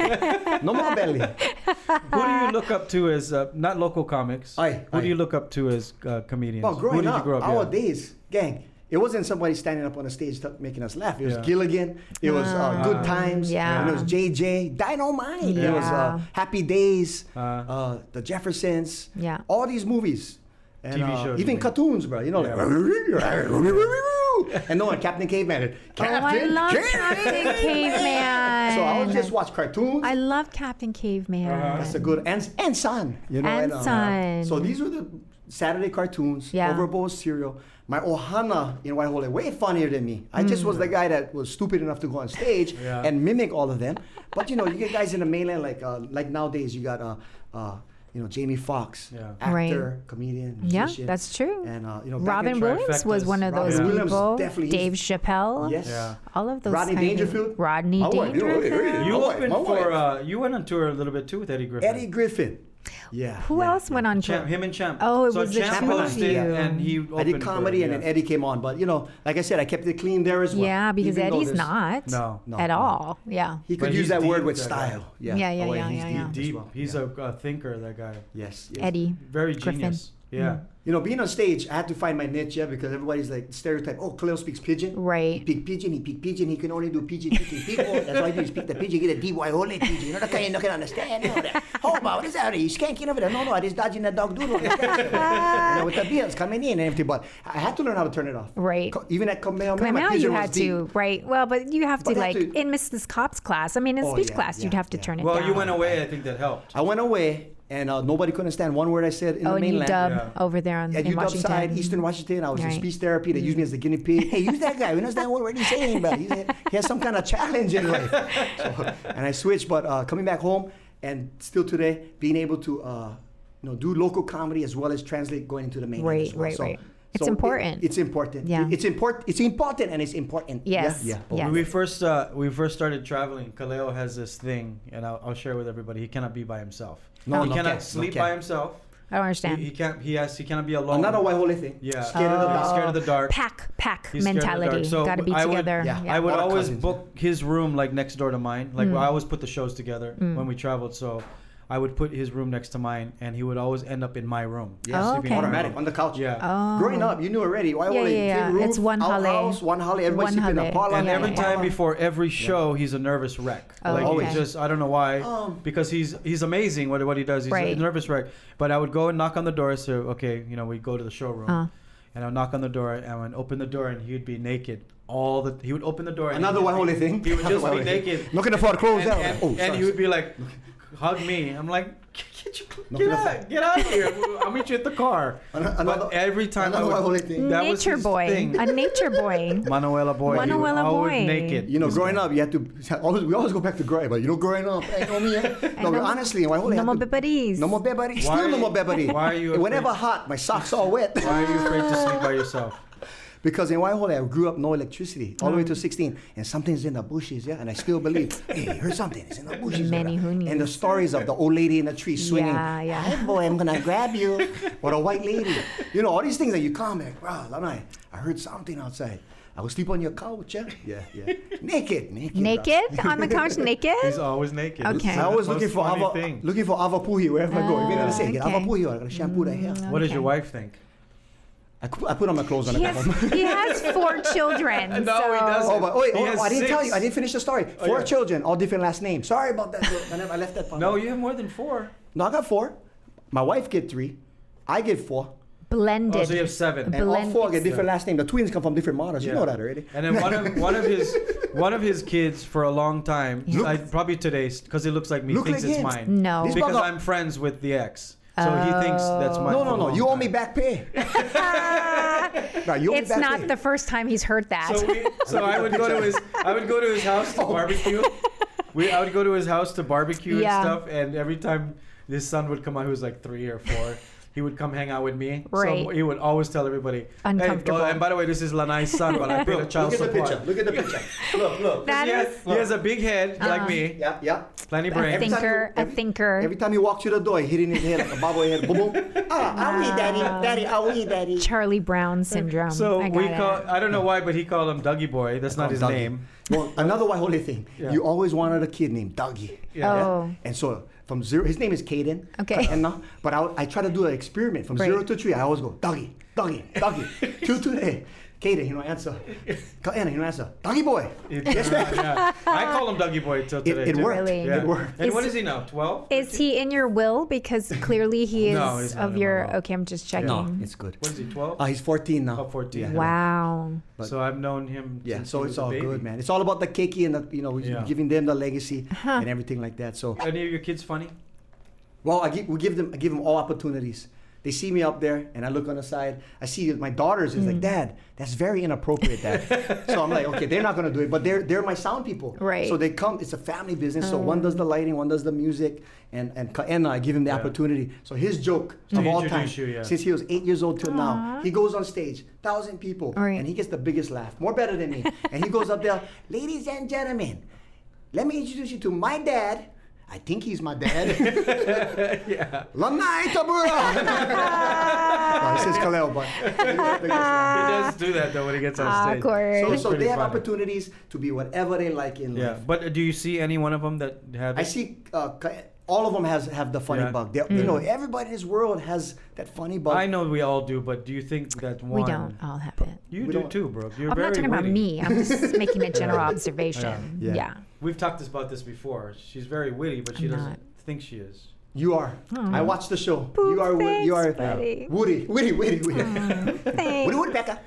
Speaker 3: No more belly.
Speaker 1: Who do you look up to as uh, not local comics?
Speaker 3: Aye,
Speaker 1: Who
Speaker 3: aye.
Speaker 1: do you look up to as uh, comedians?
Speaker 3: Well,
Speaker 1: Who
Speaker 3: growing
Speaker 1: did
Speaker 3: up,
Speaker 1: you grow up
Speaker 3: our
Speaker 1: yeah.
Speaker 3: days, gang, it wasn't somebody standing up on a stage t- making us laugh. It was
Speaker 1: Yeah.
Speaker 3: Gilligan. It was uh,
Speaker 2: Ah.
Speaker 3: Good Times.
Speaker 2: Yeah.
Speaker 3: And it was JJ. Dynamite. It was
Speaker 2: Yeah.
Speaker 3: uh, Happy Days. Uh,
Speaker 1: Uh.
Speaker 3: the Jeffersons.
Speaker 2: Yeah.
Speaker 3: All these movies. And,
Speaker 1: TV
Speaker 3: uh,
Speaker 1: shows,
Speaker 3: even
Speaker 1: you mean.
Speaker 3: cartoons, bro. You know, like. and no one, Captain Caveman.
Speaker 2: oh, I
Speaker 3: Captain
Speaker 2: love
Speaker 3: Caveman.
Speaker 2: Captain Caveman.
Speaker 3: So I would just watch cartoons.
Speaker 2: I love Captain Caveman.
Speaker 3: That's a good and and son, you know.
Speaker 2: And
Speaker 3: uh,
Speaker 2: son.
Speaker 3: so these were the Saturday cartoons.
Speaker 2: Yeah.
Speaker 3: Overbowl cereal. My Ohana in Waihole way funnier than me. I just was the
Speaker 2: Mm.
Speaker 3: guy that was stupid enough to go on stage
Speaker 1: Yeah.
Speaker 3: and mimic all of them. But you know, you get guys in the mainland like uh, like nowadays. You got uh, uh, you know Jamie Foxx,
Speaker 1: Yeah.
Speaker 2: Right.
Speaker 3: actor, comedian,
Speaker 2: Yeah,
Speaker 3: musician,
Speaker 2: that's true.
Speaker 3: and uh, you know back
Speaker 2: Robin
Speaker 3: in tri-
Speaker 2: Williams was
Speaker 1: trifectas.
Speaker 2: one of
Speaker 3: Robin
Speaker 2: those
Speaker 3: Williams,
Speaker 2: people.
Speaker 3: definitely.
Speaker 2: Dave Chappelle.
Speaker 3: Yes.
Speaker 1: Yeah.
Speaker 2: All of those.
Speaker 3: Rodney
Speaker 2: kind of-
Speaker 3: Dangerfield? Oh,
Speaker 2: Rodney
Speaker 3: My wife, you know,
Speaker 2: Dangerfield.
Speaker 3: really,
Speaker 1: You
Speaker 3: My wife,
Speaker 1: opened
Speaker 3: my
Speaker 1: for. Uh,
Speaker 3: wife.
Speaker 1: you went on tour a little bit too with Eddie Griffin.
Speaker 3: Eddie Griffin. Yeah.
Speaker 2: Who
Speaker 3: yeah,
Speaker 2: else went on tour?
Speaker 1: Champ, him and Champ.
Speaker 2: Oh, it
Speaker 1: so
Speaker 2: was the
Speaker 1: Champ
Speaker 2: two of
Speaker 1: hosted,
Speaker 2: you.
Speaker 1: and he. Opened
Speaker 3: I did
Speaker 1: for
Speaker 3: comedy
Speaker 1: it,
Speaker 3: and
Speaker 1: yeah.
Speaker 3: then Eddie came on, but you know, like I said, I kept it clean there as well.
Speaker 2: Yeah, because
Speaker 3: Even though
Speaker 2: Eddie's
Speaker 3: there's-
Speaker 2: not
Speaker 1: No,
Speaker 3: no,
Speaker 2: at
Speaker 3: no.
Speaker 2: all. Yeah.
Speaker 3: He could
Speaker 1: But
Speaker 3: use
Speaker 1: he's
Speaker 3: that word
Speaker 1: deep,
Speaker 3: with
Speaker 1: that guy.
Speaker 3: style. Yeah,
Speaker 2: Yeah, yeah,
Speaker 3: Oh,
Speaker 2: yeah,
Speaker 3: he's
Speaker 2: yeah,
Speaker 3: deep
Speaker 2: yeah.
Speaker 3: as
Speaker 1: Deep.
Speaker 3: well.
Speaker 1: He's
Speaker 3: Yeah.
Speaker 1: a, a thinker. That guy.
Speaker 3: yes, yes.
Speaker 2: Eddie.
Speaker 1: Very
Speaker 2: Griffin. Mm-hmm.
Speaker 1: genius. Yeah.
Speaker 3: You know, being on stage, I had to find my niche, yeah, because everybody's like stereotype. Oh, Cleo speaks pigeon.
Speaker 2: Right.
Speaker 3: He speak pigeon. He speak pigeon. He can only do pigeon. Pigeon. pigeon. Oh, That's why he speak the pigeon. Get a DY only pigeon. E You know, that kind you not can understand. You know, that. Oh, wow, what is that? You skanking over there? No, no, I just dodging that dog doodle. you know, with the bills coming in and everything. But I had to learn how to turn it off.
Speaker 2: Right.
Speaker 3: Co- Even at Kamehameha,
Speaker 2: Well,
Speaker 3: my
Speaker 2: now
Speaker 3: pigeon
Speaker 2: you
Speaker 3: was
Speaker 2: had
Speaker 3: deep.
Speaker 2: to, right? Well, but you have
Speaker 3: But
Speaker 2: to,
Speaker 3: they
Speaker 2: like,
Speaker 3: have to-
Speaker 2: in Mrs. Copp's class. I mean, in
Speaker 3: Oh,
Speaker 2: speech
Speaker 3: yeah,
Speaker 2: class, you'd
Speaker 3: yeah,
Speaker 2: have to
Speaker 3: yeah.
Speaker 2: turn it
Speaker 1: Well,
Speaker 2: down.
Speaker 1: you went away. I think that helped.
Speaker 3: I went away, and uh, nobody could understand one word I said in
Speaker 2: Oh,
Speaker 3: the
Speaker 2: and you
Speaker 3: mainland.
Speaker 2: dub
Speaker 1: Yeah.
Speaker 2: over there on
Speaker 3: At
Speaker 2: in
Speaker 3: UW
Speaker 2: Washington.
Speaker 3: side, Eastern Washington, I was
Speaker 2: Right.
Speaker 3: in speech therapy. They used me as the guinea pig. Hey, use that guy. We understand what word he's saying, but he's, he has some kind of challenge in life. So, and I switched, but uh, coming back home and still today, being able to uh, you know do local comedy as well as translate going into the mainland.
Speaker 2: Right,
Speaker 3: as well.
Speaker 2: right,
Speaker 3: So-
Speaker 2: right. It's
Speaker 3: so it-
Speaker 2: important.
Speaker 3: it's important.
Speaker 2: Yeah.
Speaker 3: It's important. It's important, and it's important.
Speaker 2: Yes,
Speaker 3: Yeah. yeah.
Speaker 2: yes.
Speaker 1: When we first uh, we first started traveling, Kaleo has this thing, and I'll, I'll share with everybody. He cannot be by himself.
Speaker 3: No,
Speaker 1: he
Speaker 3: no
Speaker 1: cannot
Speaker 3: can, no
Speaker 1: sleep
Speaker 3: can.
Speaker 1: by himself.
Speaker 2: I don't
Speaker 1: He,
Speaker 2: understand.
Speaker 1: he can't. He has. He cannot be alone.
Speaker 3: Another Waihole thing.
Speaker 1: Yeah.
Speaker 3: Scared of the
Speaker 1: He's
Speaker 2: Oh,
Speaker 3: dark.
Speaker 1: scared of the dark.
Speaker 2: pack, pack
Speaker 1: He's scared of the dark.
Speaker 2: mentality.
Speaker 1: So
Speaker 2: Got to be
Speaker 1: I would-
Speaker 2: together.
Speaker 3: yeah,
Speaker 1: I would
Speaker 3: Lot of
Speaker 1: always
Speaker 3: cousins,
Speaker 1: book his room like next door to mine. Like
Speaker 2: Mm.
Speaker 1: I always put the shows together when we traveled, so I would put his room next to mine, and he would always end up in my room.
Speaker 2: Oh,
Speaker 1: sleeping
Speaker 2: okay.
Speaker 1: in my room.
Speaker 3: Automatic on the couch.
Speaker 1: Yeah.
Speaker 2: Oh.
Speaker 3: Growing up, you knew already. Why
Speaker 2: Yeah,
Speaker 3: only
Speaker 2: yeah, yeah.
Speaker 3: tin roof,
Speaker 2: It's one
Speaker 3: out-
Speaker 2: hole.
Speaker 3: house, one holly, everybody
Speaker 2: One
Speaker 3: sleeping in
Speaker 2: hole.
Speaker 3: a parlor.
Speaker 1: And
Speaker 2: Yeah,
Speaker 1: every
Speaker 2: yeah,
Speaker 1: time before every show, he's a nervous wreck.
Speaker 2: Oh,
Speaker 1: like
Speaker 3: Always.
Speaker 1: he's just I don't know why,
Speaker 3: Um,
Speaker 1: because he's he's amazing what what he does. He's
Speaker 2: Right.
Speaker 1: a nervous wreck. But I would go and knock on the door. So okay, you know we go to the showroom,
Speaker 2: Uh.
Speaker 1: and I'll knock on the door and I would open the door and he'd be naked. All the he would open the door. And
Speaker 3: Another
Speaker 1: he'd
Speaker 3: one
Speaker 1: be-
Speaker 3: holy thing.
Speaker 1: He would just
Speaker 3: Another
Speaker 1: be
Speaker 3: one holy thing.
Speaker 1: naked.
Speaker 3: Looking for clothes
Speaker 1: And,
Speaker 3: out.
Speaker 1: and,
Speaker 3: oh,
Speaker 1: and
Speaker 3: sorry.
Speaker 1: he would be like, hug me. I'm like, get, you,
Speaker 3: No,
Speaker 1: get
Speaker 3: no.
Speaker 1: out, get out of here. I'll meet you at the car.
Speaker 3: Ano- another-
Speaker 1: But every time I
Speaker 3: another
Speaker 1: would,
Speaker 3: holy thing.
Speaker 1: that was
Speaker 2: nature
Speaker 1: his
Speaker 2: boy.
Speaker 1: thing.
Speaker 2: A nature boy.
Speaker 1: Manuela boy. He was
Speaker 2: Manuela
Speaker 1: always
Speaker 2: boy.
Speaker 1: Naked.
Speaker 3: You know, growing up, you had to. Always, we always go back to growing, but you know, growing up, eh, no, me, eh? no,
Speaker 2: no-
Speaker 3: honestly, why holy
Speaker 2: no
Speaker 3: had
Speaker 2: more
Speaker 3: to-
Speaker 2: bebaris.
Speaker 3: No more bebari.
Speaker 1: Why
Speaker 3: Still
Speaker 1: are
Speaker 3: no
Speaker 1: you-
Speaker 3: more bebari.
Speaker 1: why are you
Speaker 3: Whenever
Speaker 1: afraid?
Speaker 3: hot, my socks all wet.
Speaker 1: Why are you afraid to sleep by yourself?
Speaker 3: Because in Waihole, I grew up no electricity all the
Speaker 1: Mm.
Speaker 3: way to 16, and something's in the bushes, yeah. And I still believe, hey, I heard something. It's in the bushes.
Speaker 2: Many
Speaker 3: brother."
Speaker 2: hoonies.
Speaker 3: And the stories of the old lady in the tree swinging.
Speaker 2: Yeah, yeah.
Speaker 3: Hey, Oh, boy, I'm gonna grab you. Or the white lady. You know all these things that you come back, bro. I, I heard something outside. I will sleep on your couch. Yeah, yeah, yeah. naked, naked.
Speaker 2: Naked on the couch, naked.
Speaker 1: He's always naked.
Speaker 2: Okay.
Speaker 1: It's
Speaker 3: I
Speaker 1: the
Speaker 3: always
Speaker 1: most
Speaker 3: looking for
Speaker 1: funny
Speaker 3: ava,
Speaker 1: thing.
Speaker 3: looking for avapuhi wherever I go. Even
Speaker 2: Ah,
Speaker 3: I say, get
Speaker 2: okay.
Speaker 3: avapuhi, or I gotta shampoo the hair.
Speaker 1: What does your
Speaker 2: Okay.
Speaker 1: wife think?
Speaker 3: I, cu- I put on my clothes on
Speaker 2: He
Speaker 3: the couch.
Speaker 2: has, he has four children.
Speaker 1: No,
Speaker 2: so
Speaker 1: he doesn't.
Speaker 3: Oh, but wait,
Speaker 1: He
Speaker 3: oh,
Speaker 1: has
Speaker 3: I didn't tell
Speaker 1: six. Oh,
Speaker 3: you. I didn't finish the story. Four
Speaker 1: yeah.
Speaker 3: children, all different last names. Sorry about that. bro. I never I left that part.
Speaker 1: No,
Speaker 3: out.
Speaker 1: you have more than four.
Speaker 3: no, I got four. My wife get three. I get four.
Speaker 2: Blended.
Speaker 1: Oh, so you have seven.
Speaker 3: And all
Speaker 2: Blend-
Speaker 3: four get different last name. The twins come from different mothers. You
Speaker 1: Yeah.
Speaker 3: know that already.
Speaker 1: And then one of one of his one of his kids for a long time,
Speaker 2: Yeah.
Speaker 1: I, probably today, because he looks like me,
Speaker 3: Look
Speaker 1: thinks
Speaker 3: like
Speaker 1: it's
Speaker 3: him.
Speaker 1: mine.
Speaker 2: No. This
Speaker 1: because
Speaker 3: bugger-
Speaker 1: I'm friends with the ex, so he thinks that's mine.
Speaker 3: No,
Speaker 1: for
Speaker 3: no,
Speaker 1: a
Speaker 3: no.
Speaker 1: long
Speaker 3: You owe me
Speaker 1: time.
Speaker 3: back pay. no, you owe
Speaker 2: it's
Speaker 3: me back
Speaker 2: not
Speaker 3: pay.
Speaker 2: the first time he's heard that.
Speaker 1: So, we, so I would go to his I would go to his house
Speaker 3: Oh.
Speaker 1: to barbecue. We I would go to his house to barbecue
Speaker 2: Yeah.
Speaker 1: and stuff. And every time his son would come out, he was like three or four. He would come hang out with me. So
Speaker 2: Right.
Speaker 1: he would always tell everybody. "Hey, oh,
Speaker 2: Uncomfortable.
Speaker 1: and by the way, this is Lanai's son, but I paid a child
Speaker 3: Look at the
Speaker 1: support.
Speaker 3: picture. Look at the picture. Look, look.
Speaker 2: That
Speaker 1: He has,
Speaker 2: is
Speaker 1: he has a big head like
Speaker 2: Uh-huh.
Speaker 1: me,
Speaker 3: Yeah, yeah.
Speaker 1: plenty
Speaker 2: a
Speaker 1: brain.
Speaker 3: Every time
Speaker 2: thinker,
Speaker 3: you-
Speaker 2: a thinker.
Speaker 3: Every time you walk through the door, hitting his head like a bobblehead. Boom, boom. Ah, I will eat daddy. Daddy, I will eat daddy.
Speaker 2: Charlie Brown syndrome.
Speaker 1: So
Speaker 2: I
Speaker 1: we
Speaker 2: got
Speaker 1: call
Speaker 2: it.
Speaker 1: I don't know why, but he called him Dougie Boy. That's not his
Speaker 3: Dougie.
Speaker 1: name.
Speaker 3: Well, another white holy thing.
Speaker 1: Yeah.
Speaker 3: You always wanted a kid named Dougie.
Speaker 1: Yeah.
Speaker 2: Oh.
Speaker 3: And so from zero, his name is Caden.
Speaker 2: Okay.
Speaker 3: And now, but I, I try to do an experiment from
Speaker 2: Right.
Speaker 3: zero to three. I always go Dougie, Dougie, Dougie. Till today, Caden, you know answer. Anna, you know answer. Dougie boy.
Speaker 1: It-
Speaker 3: Yes, ma'am.
Speaker 1: yeah. I call him Dougie Boy till
Speaker 3: It,
Speaker 1: today.
Speaker 3: it
Speaker 1: too.
Speaker 3: worked.
Speaker 2: Really?
Speaker 1: Yeah.
Speaker 3: It worked.
Speaker 1: And
Speaker 2: Is-
Speaker 1: what is he now? Twelve?
Speaker 2: Is he in your will? Because clearly he is
Speaker 1: No, he's not in
Speaker 2: of
Speaker 1: my
Speaker 2: your.
Speaker 1: will.
Speaker 2: Okay, I'm just checking.
Speaker 3: No, it's good.
Speaker 1: What is he? Twelve?
Speaker 3: Uh, he's 14 now.
Speaker 1: Oh, 14.
Speaker 3: Yeah.
Speaker 2: Wow.
Speaker 3: But-
Speaker 1: so I've known him.
Speaker 3: Yeah,
Speaker 1: since
Speaker 3: so
Speaker 1: he was
Speaker 3: it's
Speaker 1: a
Speaker 3: all
Speaker 1: baby.
Speaker 3: good, man. It's all about the keiki and the, you know,
Speaker 1: Yeah.
Speaker 3: giving them the legacy and everything like that. So,
Speaker 1: Any of your kids funny?
Speaker 3: well, I give, we give them, I give them all opportunities. They see me up there, and I look on the side. I see my daughters.
Speaker 2: Mm.
Speaker 3: It's like, Dad, that's very inappropriate, Dad. so I'm like, okay, they're not gonna do it, but they're they're my sound people.
Speaker 2: Right. Oh.
Speaker 3: So they come. It's a family business. So one does the lighting, one does the music, and and Kaena, I give him the
Speaker 1: Yeah.
Speaker 3: opportunity. So his joke of all time,
Speaker 1: introduce you, yeah.
Speaker 3: since he was eight years old till now, he goes on stage, thousand people,
Speaker 2: Right.
Speaker 3: and he gets the biggest laugh, more better than me. and he goes up there, ladies and gentlemen, let me introduce you to my dad. I think he's my dad.
Speaker 1: yeah.
Speaker 3: Lanai Tabura! no, this is Kaleo, but.
Speaker 1: He does do that though when he gets on stage.
Speaker 2: Ah, Awkward.
Speaker 3: so
Speaker 1: It's
Speaker 3: so
Speaker 1: pretty
Speaker 3: they have
Speaker 1: funny.
Speaker 3: opportunities to be whatever they like in
Speaker 1: Yeah.
Speaker 3: life.
Speaker 1: But uh, do you see any one of them that have?
Speaker 3: I
Speaker 1: it?
Speaker 3: see uh, Ka- all of them has have the funny
Speaker 1: Yeah. Mm.
Speaker 3: bug. They, You know, everybody in this world has that funny bug.
Speaker 1: I know we all do, but do you think that one?
Speaker 2: We don't all have it.
Speaker 1: You
Speaker 3: We
Speaker 1: do
Speaker 3: don't.
Speaker 1: too, bro. You're
Speaker 2: I'm
Speaker 1: very
Speaker 2: not talking about
Speaker 1: witty.
Speaker 2: me. I'm just making a general observation.
Speaker 3: Yeah.
Speaker 2: Yeah.
Speaker 1: We've talked this- about this before. She's very witty, but she
Speaker 2: I'm
Speaker 1: doesn't
Speaker 2: not.
Speaker 1: think she is.
Speaker 3: You are. I
Speaker 1: Mm.
Speaker 3: watched the show. you are. Wo- you are uh,
Speaker 2: thanks, buddy.
Speaker 3: Woody. Woody. Woody. Woody.
Speaker 1: Mm.
Speaker 3: Woody
Speaker 2: Thanks.
Speaker 3: Woodpecker.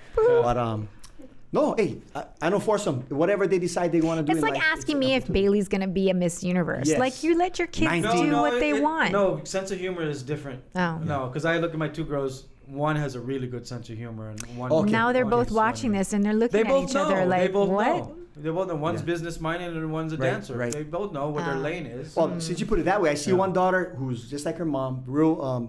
Speaker 3: But um, no. Hey, I, I don't force them. Whatever they decide they want to do.
Speaker 2: It's
Speaker 3: in
Speaker 2: like
Speaker 3: life,
Speaker 2: asking
Speaker 3: it's
Speaker 2: me
Speaker 3: up
Speaker 2: if
Speaker 3: to them.
Speaker 2: Bailey's gonna be a Miss Universe.
Speaker 3: Yes.
Speaker 2: Like you let your kids
Speaker 3: No,
Speaker 2: do
Speaker 3: no,
Speaker 2: what they
Speaker 1: it- it-
Speaker 2: want.
Speaker 1: No, sense of humor is different.
Speaker 2: Oh.
Speaker 1: No, because I look at my two girls. One has a really good sense of humor, and one.
Speaker 3: Okay.
Speaker 2: Now they're
Speaker 1: one
Speaker 2: both
Speaker 1: is
Speaker 2: watching
Speaker 1: funny.
Speaker 2: this and they're looking
Speaker 1: They
Speaker 2: at
Speaker 1: both
Speaker 2: each
Speaker 1: know.
Speaker 2: other
Speaker 1: they
Speaker 2: like,
Speaker 1: both
Speaker 2: "What?"
Speaker 1: know. They both know. One's
Speaker 3: Yeah.
Speaker 1: business minded and one's a
Speaker 3: Right,
Speaker 1: dancer.
Speaker 3: right.
Speaker 1: They both know what their
Speaker 2: Ah.
Speaker 1: lane is.
Speaker 3: Well, since you put it that way, I see one daughter who's just like her mom, real um,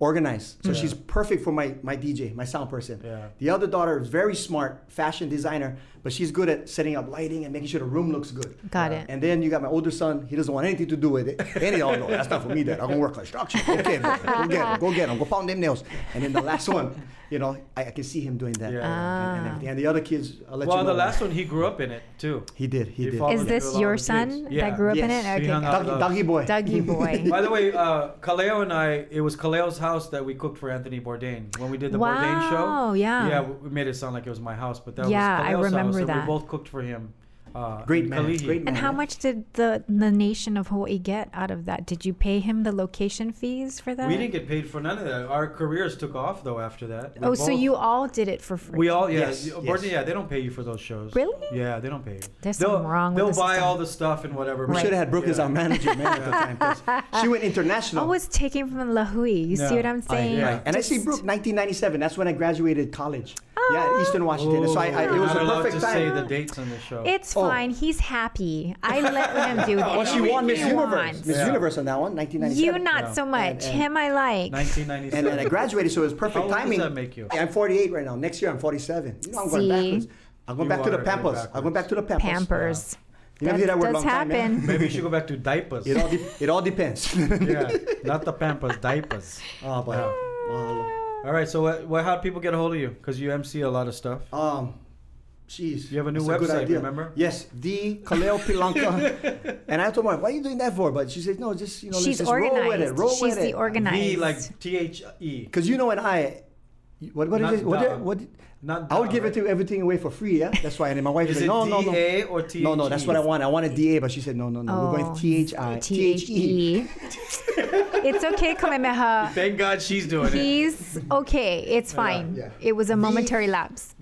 Speaker 3: organized. So she's perfect for my, my DJ, my sound person.
Speaker 1: Yeah.
Speaker 3: The other daughter is very smart, fashion designer, but she's good at setting up lighting and making sure the room looks good.
Speaker 2: Got it.
Speaker 3: And then you got my older son. He doesn't want anything to do with it. And he, oh no, that's not for me. Dad. I'm gonna work construction. Okay, bro, go get him. Go get him. Go pound them nails. And then the last one, you know, I, I can see him doing that.
Speaker 1: Yeah. Ah.
Speaker 3: And, and everything. And the other kids, I'll let
Speaker 1: Well,
Speaker 3: you know.
Speaker 1: the last one, he grew up in it too.
Speaker 3: he did. He,
Speaker 1: He
Speaker 3: did.
Speaker 1: followed
Speaker 2: Uh, Is
Speaker 1: it
Speaker 2: this
Speaker 1: with all
Speaker 2: your
Speaker 1: the
Speaker 2: son
Speaker 1: kids.
Speaker 2: that
Speaker 1: Yeah.
Speaker 2: grew up in
Speaker 3: Yes.
Speaker 2: it?
Speaker 1: He
Speaker 2: Okay,
Speaker 1: hung
Speaker 2: got
Speaker 1: out
Speaker 2: it.
Speaker 3: Dougie, Dougie boy.
Speaker 2: Dougie boy.
Speaker 1: By the way, uh, Kaleo and I, it was Kaleo's house that we cooked for Anthony Bourdain when we did the Bourdain show.
Speaker 2: Wow, yeah.
Speaker 1: Yeah, we we made it sound like it was my house, but that
Speaker 2: Yeah,
Speaker 1: was
Speaker 2: I
Speaker 1: Kaleo's house,
Speaker 2: remember
Speaker 1: and we
Speaker 2: that.
Speaker 1: both cooked for him. Uh,
Speaker 3: Great
Speaker 1: in
Speaker 3: man,
Speaker 1: Kalihi.
Speaker 3: great man.
Speaker 2: and how much did the the nation of Hawaii get out of that? Did you pay him the location fees for that?
Speaker 1: We didn't get paid for none of that. Our careers took off though after that. We
Speaker 2: oh, so
Speaker 1: both-
Speaker 2: you all did it for free?
Speaker 1: We all yeah,
Speaker 3: Yes,
Speaker 1: you-
Speaker 3: yes.
Speaker 1: Bourdain, yeah. They don't pay you for those shows.
Speaker 2: Really?
Speaker 1: Yeah, they don't pay you.
Speaker 2: There's
Speaker 1: they'll,
Speaker 2: something wrong with
Speaker 1: They'll
Speaker 2: the
Speaker 1: buy
Speaker 2: system.
Speaker 1: all the stuff and whatever.
Speaker 3: We
Speaker 1: but-
Speaker 3: should have had Brooke as
Speaker 1: Yeah.
Speaker 3: our manager, man, at the time. 'cause She went international.
Speaker 2: Always taking from La Hui. You
Speaker 1: Yeah.
Speaker 2: see what I'm saying?
Speaker 1: yeah.
Speaker 3: And I see Brooke, 1997. That's when I graduated college. Yeah, at Eastern Washington.
Speaker 1: Oh,
Speaker 3: so I, I, it
Speaker 1: we're
Speaker 3: was a
Speaker 1: not allowed
Speaker 3: perfect
Speaker 1: to
Speaker 3: time.
Speaker 1: say the dates on the show.
Speaker 2: It's
Speaker 3: Oh.
Speaker 2: fine. He's happy. I let him do that.
Speaker 3: well, she
Speaker 2: He
Speaker 3: won Miss Universe.
Speaker 2: wants.
Speaker 3: Miss
Speaker 1: Yeah.
Speaker 3: Universe on that one, 1997.
Speaker 2: You not so much.
Speaker 3: and-
Speaker 2: him I like.
Speaker 1: 1997.
Speaker 3: And then I graduated, so it was perfect
Speaker 1: How old does
Speaker 3: timing.
Speaker 1: that make you?
Speaker 3: I'm 48 right now. Next year, I'm 47. You know, I'm going
Speaker 2: See?
Speaker 3: backwards. I'm
Speaker 1: You
Speaker 3: going back to the
Speaker 1: are going
Speaker 3: Pampers. I'm going back to the Pampers.
Speaker 2: Pampers.
Speaker 3: You never
Speaker 2: That
Speaker 3: hear that word
Speaker 2: does
Speaker 3: long time, man.
Speaker 2: happen.
Speaker 1: Maybe you should go back to diapers.
Speaker 3: It all, de- it all depends.
Speaker 1: yeah, not the Pampers, diapers.
Speaker 3: oh, but, mahalo.
Speaker 1: All right, so what, what, how do people get a hold of you? Because you MC a lot of stuff.
Speaker 3: Um, Jeez.
Speaker 1: You have a new
Speaker 3: that's good
Speaker 1: website,
Speaker 3: idea.
Speaker 1: remember?
Speaker 3: Yes, the Kaleo Pilanka. and I told my wife, why are you doing that for? But she said, no, just, you know,
Speaker 2: She's
Speaker 3: let's just roll with it.
Speaker 2: organized.
Speaker 3: Roll
Speaker 2: She's
Speaker 3: with
Speaker 2: the
Speaker 3: it.
Speaker 2: organized.
Speaker 1: V like T H E.
Speaker 3: Because you know, and I, what, what
Speaker 1: Not
Speaker 3: is it? What,
Speaker 1: da.
Speaker 3: what,
Speaker 1: Not
Speaker 3: I would
Speaker 1: da,
Speaker 3: give
Speaker 1: right?
Speaker 3: it to everything away for free, yeah? That's why. And then my wife
Speaker 1: Is
Speaker 3: said,
Speaker 1: it
Speaker 3: no, no, no.
Speaker 1: DA or E?
Speaker 3: No, no, that's what I
Speaker 1: THE?
Speaker 3: want. I wanted DA, but she said, no, no, no. We're
Speaker 2: Oh,
Speaker 3: going T-H-I.
Speaker 2: E.
Speaker 3: T-H-E.
Speaker 2: T-H-E. it's okay, Kamehameha.
Speaker 1: Thank God she's doing it.
Speaker 2: He's okay. It's fine.
Speaker 3: yeah.
Speaker 2: It was a
Speaker 3: The-
Speaker 2: momentary lapse.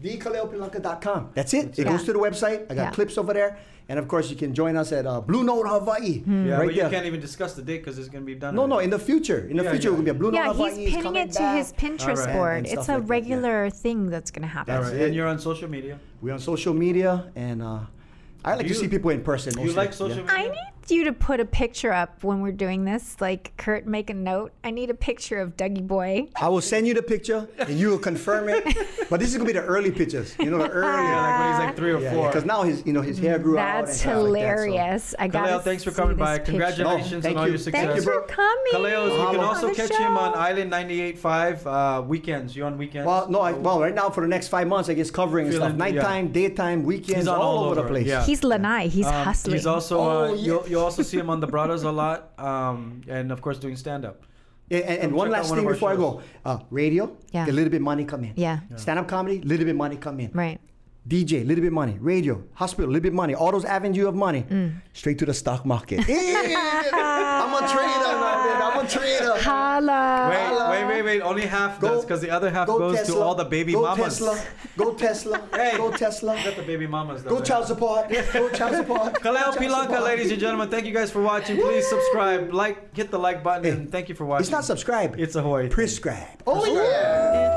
Speaker 3: TheKaleopilanka.com. That's it. it
Speaker 2: it.
Speaker 3: goes to the website. I got
Speaker 2: Yeah.
Speaker 3: clips over there. And of course, you can join us at uh, Blue Note Hawaii.
Speaker 2: Hmm.
Speaker 1: Yeah,
Speaker 3: right
Speaker 1: but you
Speaker 3: there.
Speaker 1: can't even discuss the date because it's gonna be done.
Speaker 3: no, no,
Speaker 1: already.
Speaker 3: in the future. In the
Speaker 1: Yeah,
Speaker 3: future,
Speaker 1: yeah.
Speaker 3: we're going to be a Blue
Speaker 2: yeah,
Speaker 3: Note Hawaii.
Speaker 2: he's
Speaker 3: is
Speaker 2: pinning
Speaker 3: coming
Speaker 2: it to
Speaker 3: back.
Speaker 2: his Pinterest
Speaker 1: Alright.
Speaker 2: board.
Speaker 3: And
Speaker 2: It's
Speaker 3: stuff
Speaker 2: a
Speaker 3: like that, yeah.
Speaker 2: regular thing that's going to happen.
Speaker 1: All right,
Speaker 3: it.
Speaker 1: and you're on social media.
Speaker 3: We're on social media, and uh, I like
Speaker 1: You-
Speaker 3: to see people in person.
Speaker 1: you
Speaker 3: mostly,
Speaker 1: like social
Speaker 3: yeah.
Speaker 1: media?
Speaker 2: I need you to put a picture up when we're doing this. Like, Kurt, make a note. I need a picture of Dougie Boy.
Speaker 3: I will send you the picture, and you will confirm it. but this is gonna be the early pictures, you know, the early.
Speaker 1: Yeah, like when he's like three or
Speaker 3: yeah,
Speaker 1: four.
Speaker 3: because now his, you know, his hair grew out. and
Speaker 2: That's
Speaker 3: stuff like that, so-
Speaker 2: hilarious. I got
Speaker 1: Kaleo,
Speaker 2: to
Speaker 1: thanks for coming by. Congratulations
Speaker 3: No,
Speaker 1: on
Speaker 3: thank
Speaker 1: all
Speaker 3: you.
Speaker 1: your
Speaker 3: Thank
Speaker 1: success.
Speaker 2: Thanks
Speaker 3: you,
Speaker 2: for
Speaker 3: bro.
Speaker 2: coming.
Speaker 1: Kaleo, you can
Speaker 3: Mahalo.
Speaker 1: also
Speaker 2: the
Speaker 1: catch him
Speaker 2: show.
Speaker 1: on Island 98.5 uh, weekends. You're on weekends. Oh.
Speaker 3: Well, no, I, well, right now for the next five months, I guess covering and
Speaker 1: Feeling-
Speaker 3: stuff, nighttime, daytime, weekends,
Speaker 1: He's on
Speaker 3: all,
Speaker 1: all
Speaker 3: over,
Speaker 1: over,
Speaker 3: the place.
Speaker 1: yeah.
Speaker 2: He's Lanai. He's
Speaker 1: Um,
Speaker 2: hustling.
Speaker 1: He's also
Speaker 3: Oh,
Speaker 1: uh,
Speaker 3: yeah.
Speaker 1: you'll, you'll also see him on The Brothers a lot, um, and of course doing stand up.
Speaker 3: Yeah, and, and
Speaker 1: Come
Speaker 3: one
Speaker 1: check out
Speaker 3: last
Speaker 1: one of
Speaker 3: thing
Speaker 1: our
Speaker 3: before
Speaker 1: shows.
Speaker 3: I go, uh, radio,
Speaker 2: Yeah.
Speaker 3: get a little bit money come in.
Speaker 2: Yeah. Yeah.
Speaker 3: Stand up comedy, little bit money come in.
Speaker 2: right.
Speaker 3: DJ, little bit money. Radio, hospital, little bit money. All those avenues of money, straight to the stock market. I'm a trader, man. I'm a trader.
Speaker 2: Holla.
Speaker 1: Wait, wait, wait, wait! Only half
Speaker 3: Go-
Speaker 1: does because the other half
Speaker 3: go
Speaker 1: goes to
Speaker 3: Tesla,
Speaker 1: all the baby
Speaker 3: go
Speaker 1: mamas.
Speaker 3: Tesla, go Tesla,
Speaker 1: Hey.
Speaker 3: go Tesla,
Speaker 1: Got the baby mamas.
Speaker 3: go child support, go child support.
Speaker 1: Kaleo
Speaker 3: child
Speaker 1: Pilanka,
Speaker 3: support.
Speaker 1: ladies and gentlemen, thank you guys for watching. Please subscribe, like, hit the like button, and thank you for watching.
Speaker 3: It's not subscribe.
Speaker 1: It's a Hawaii.
Speaker 3: prescribe. Oh yeah.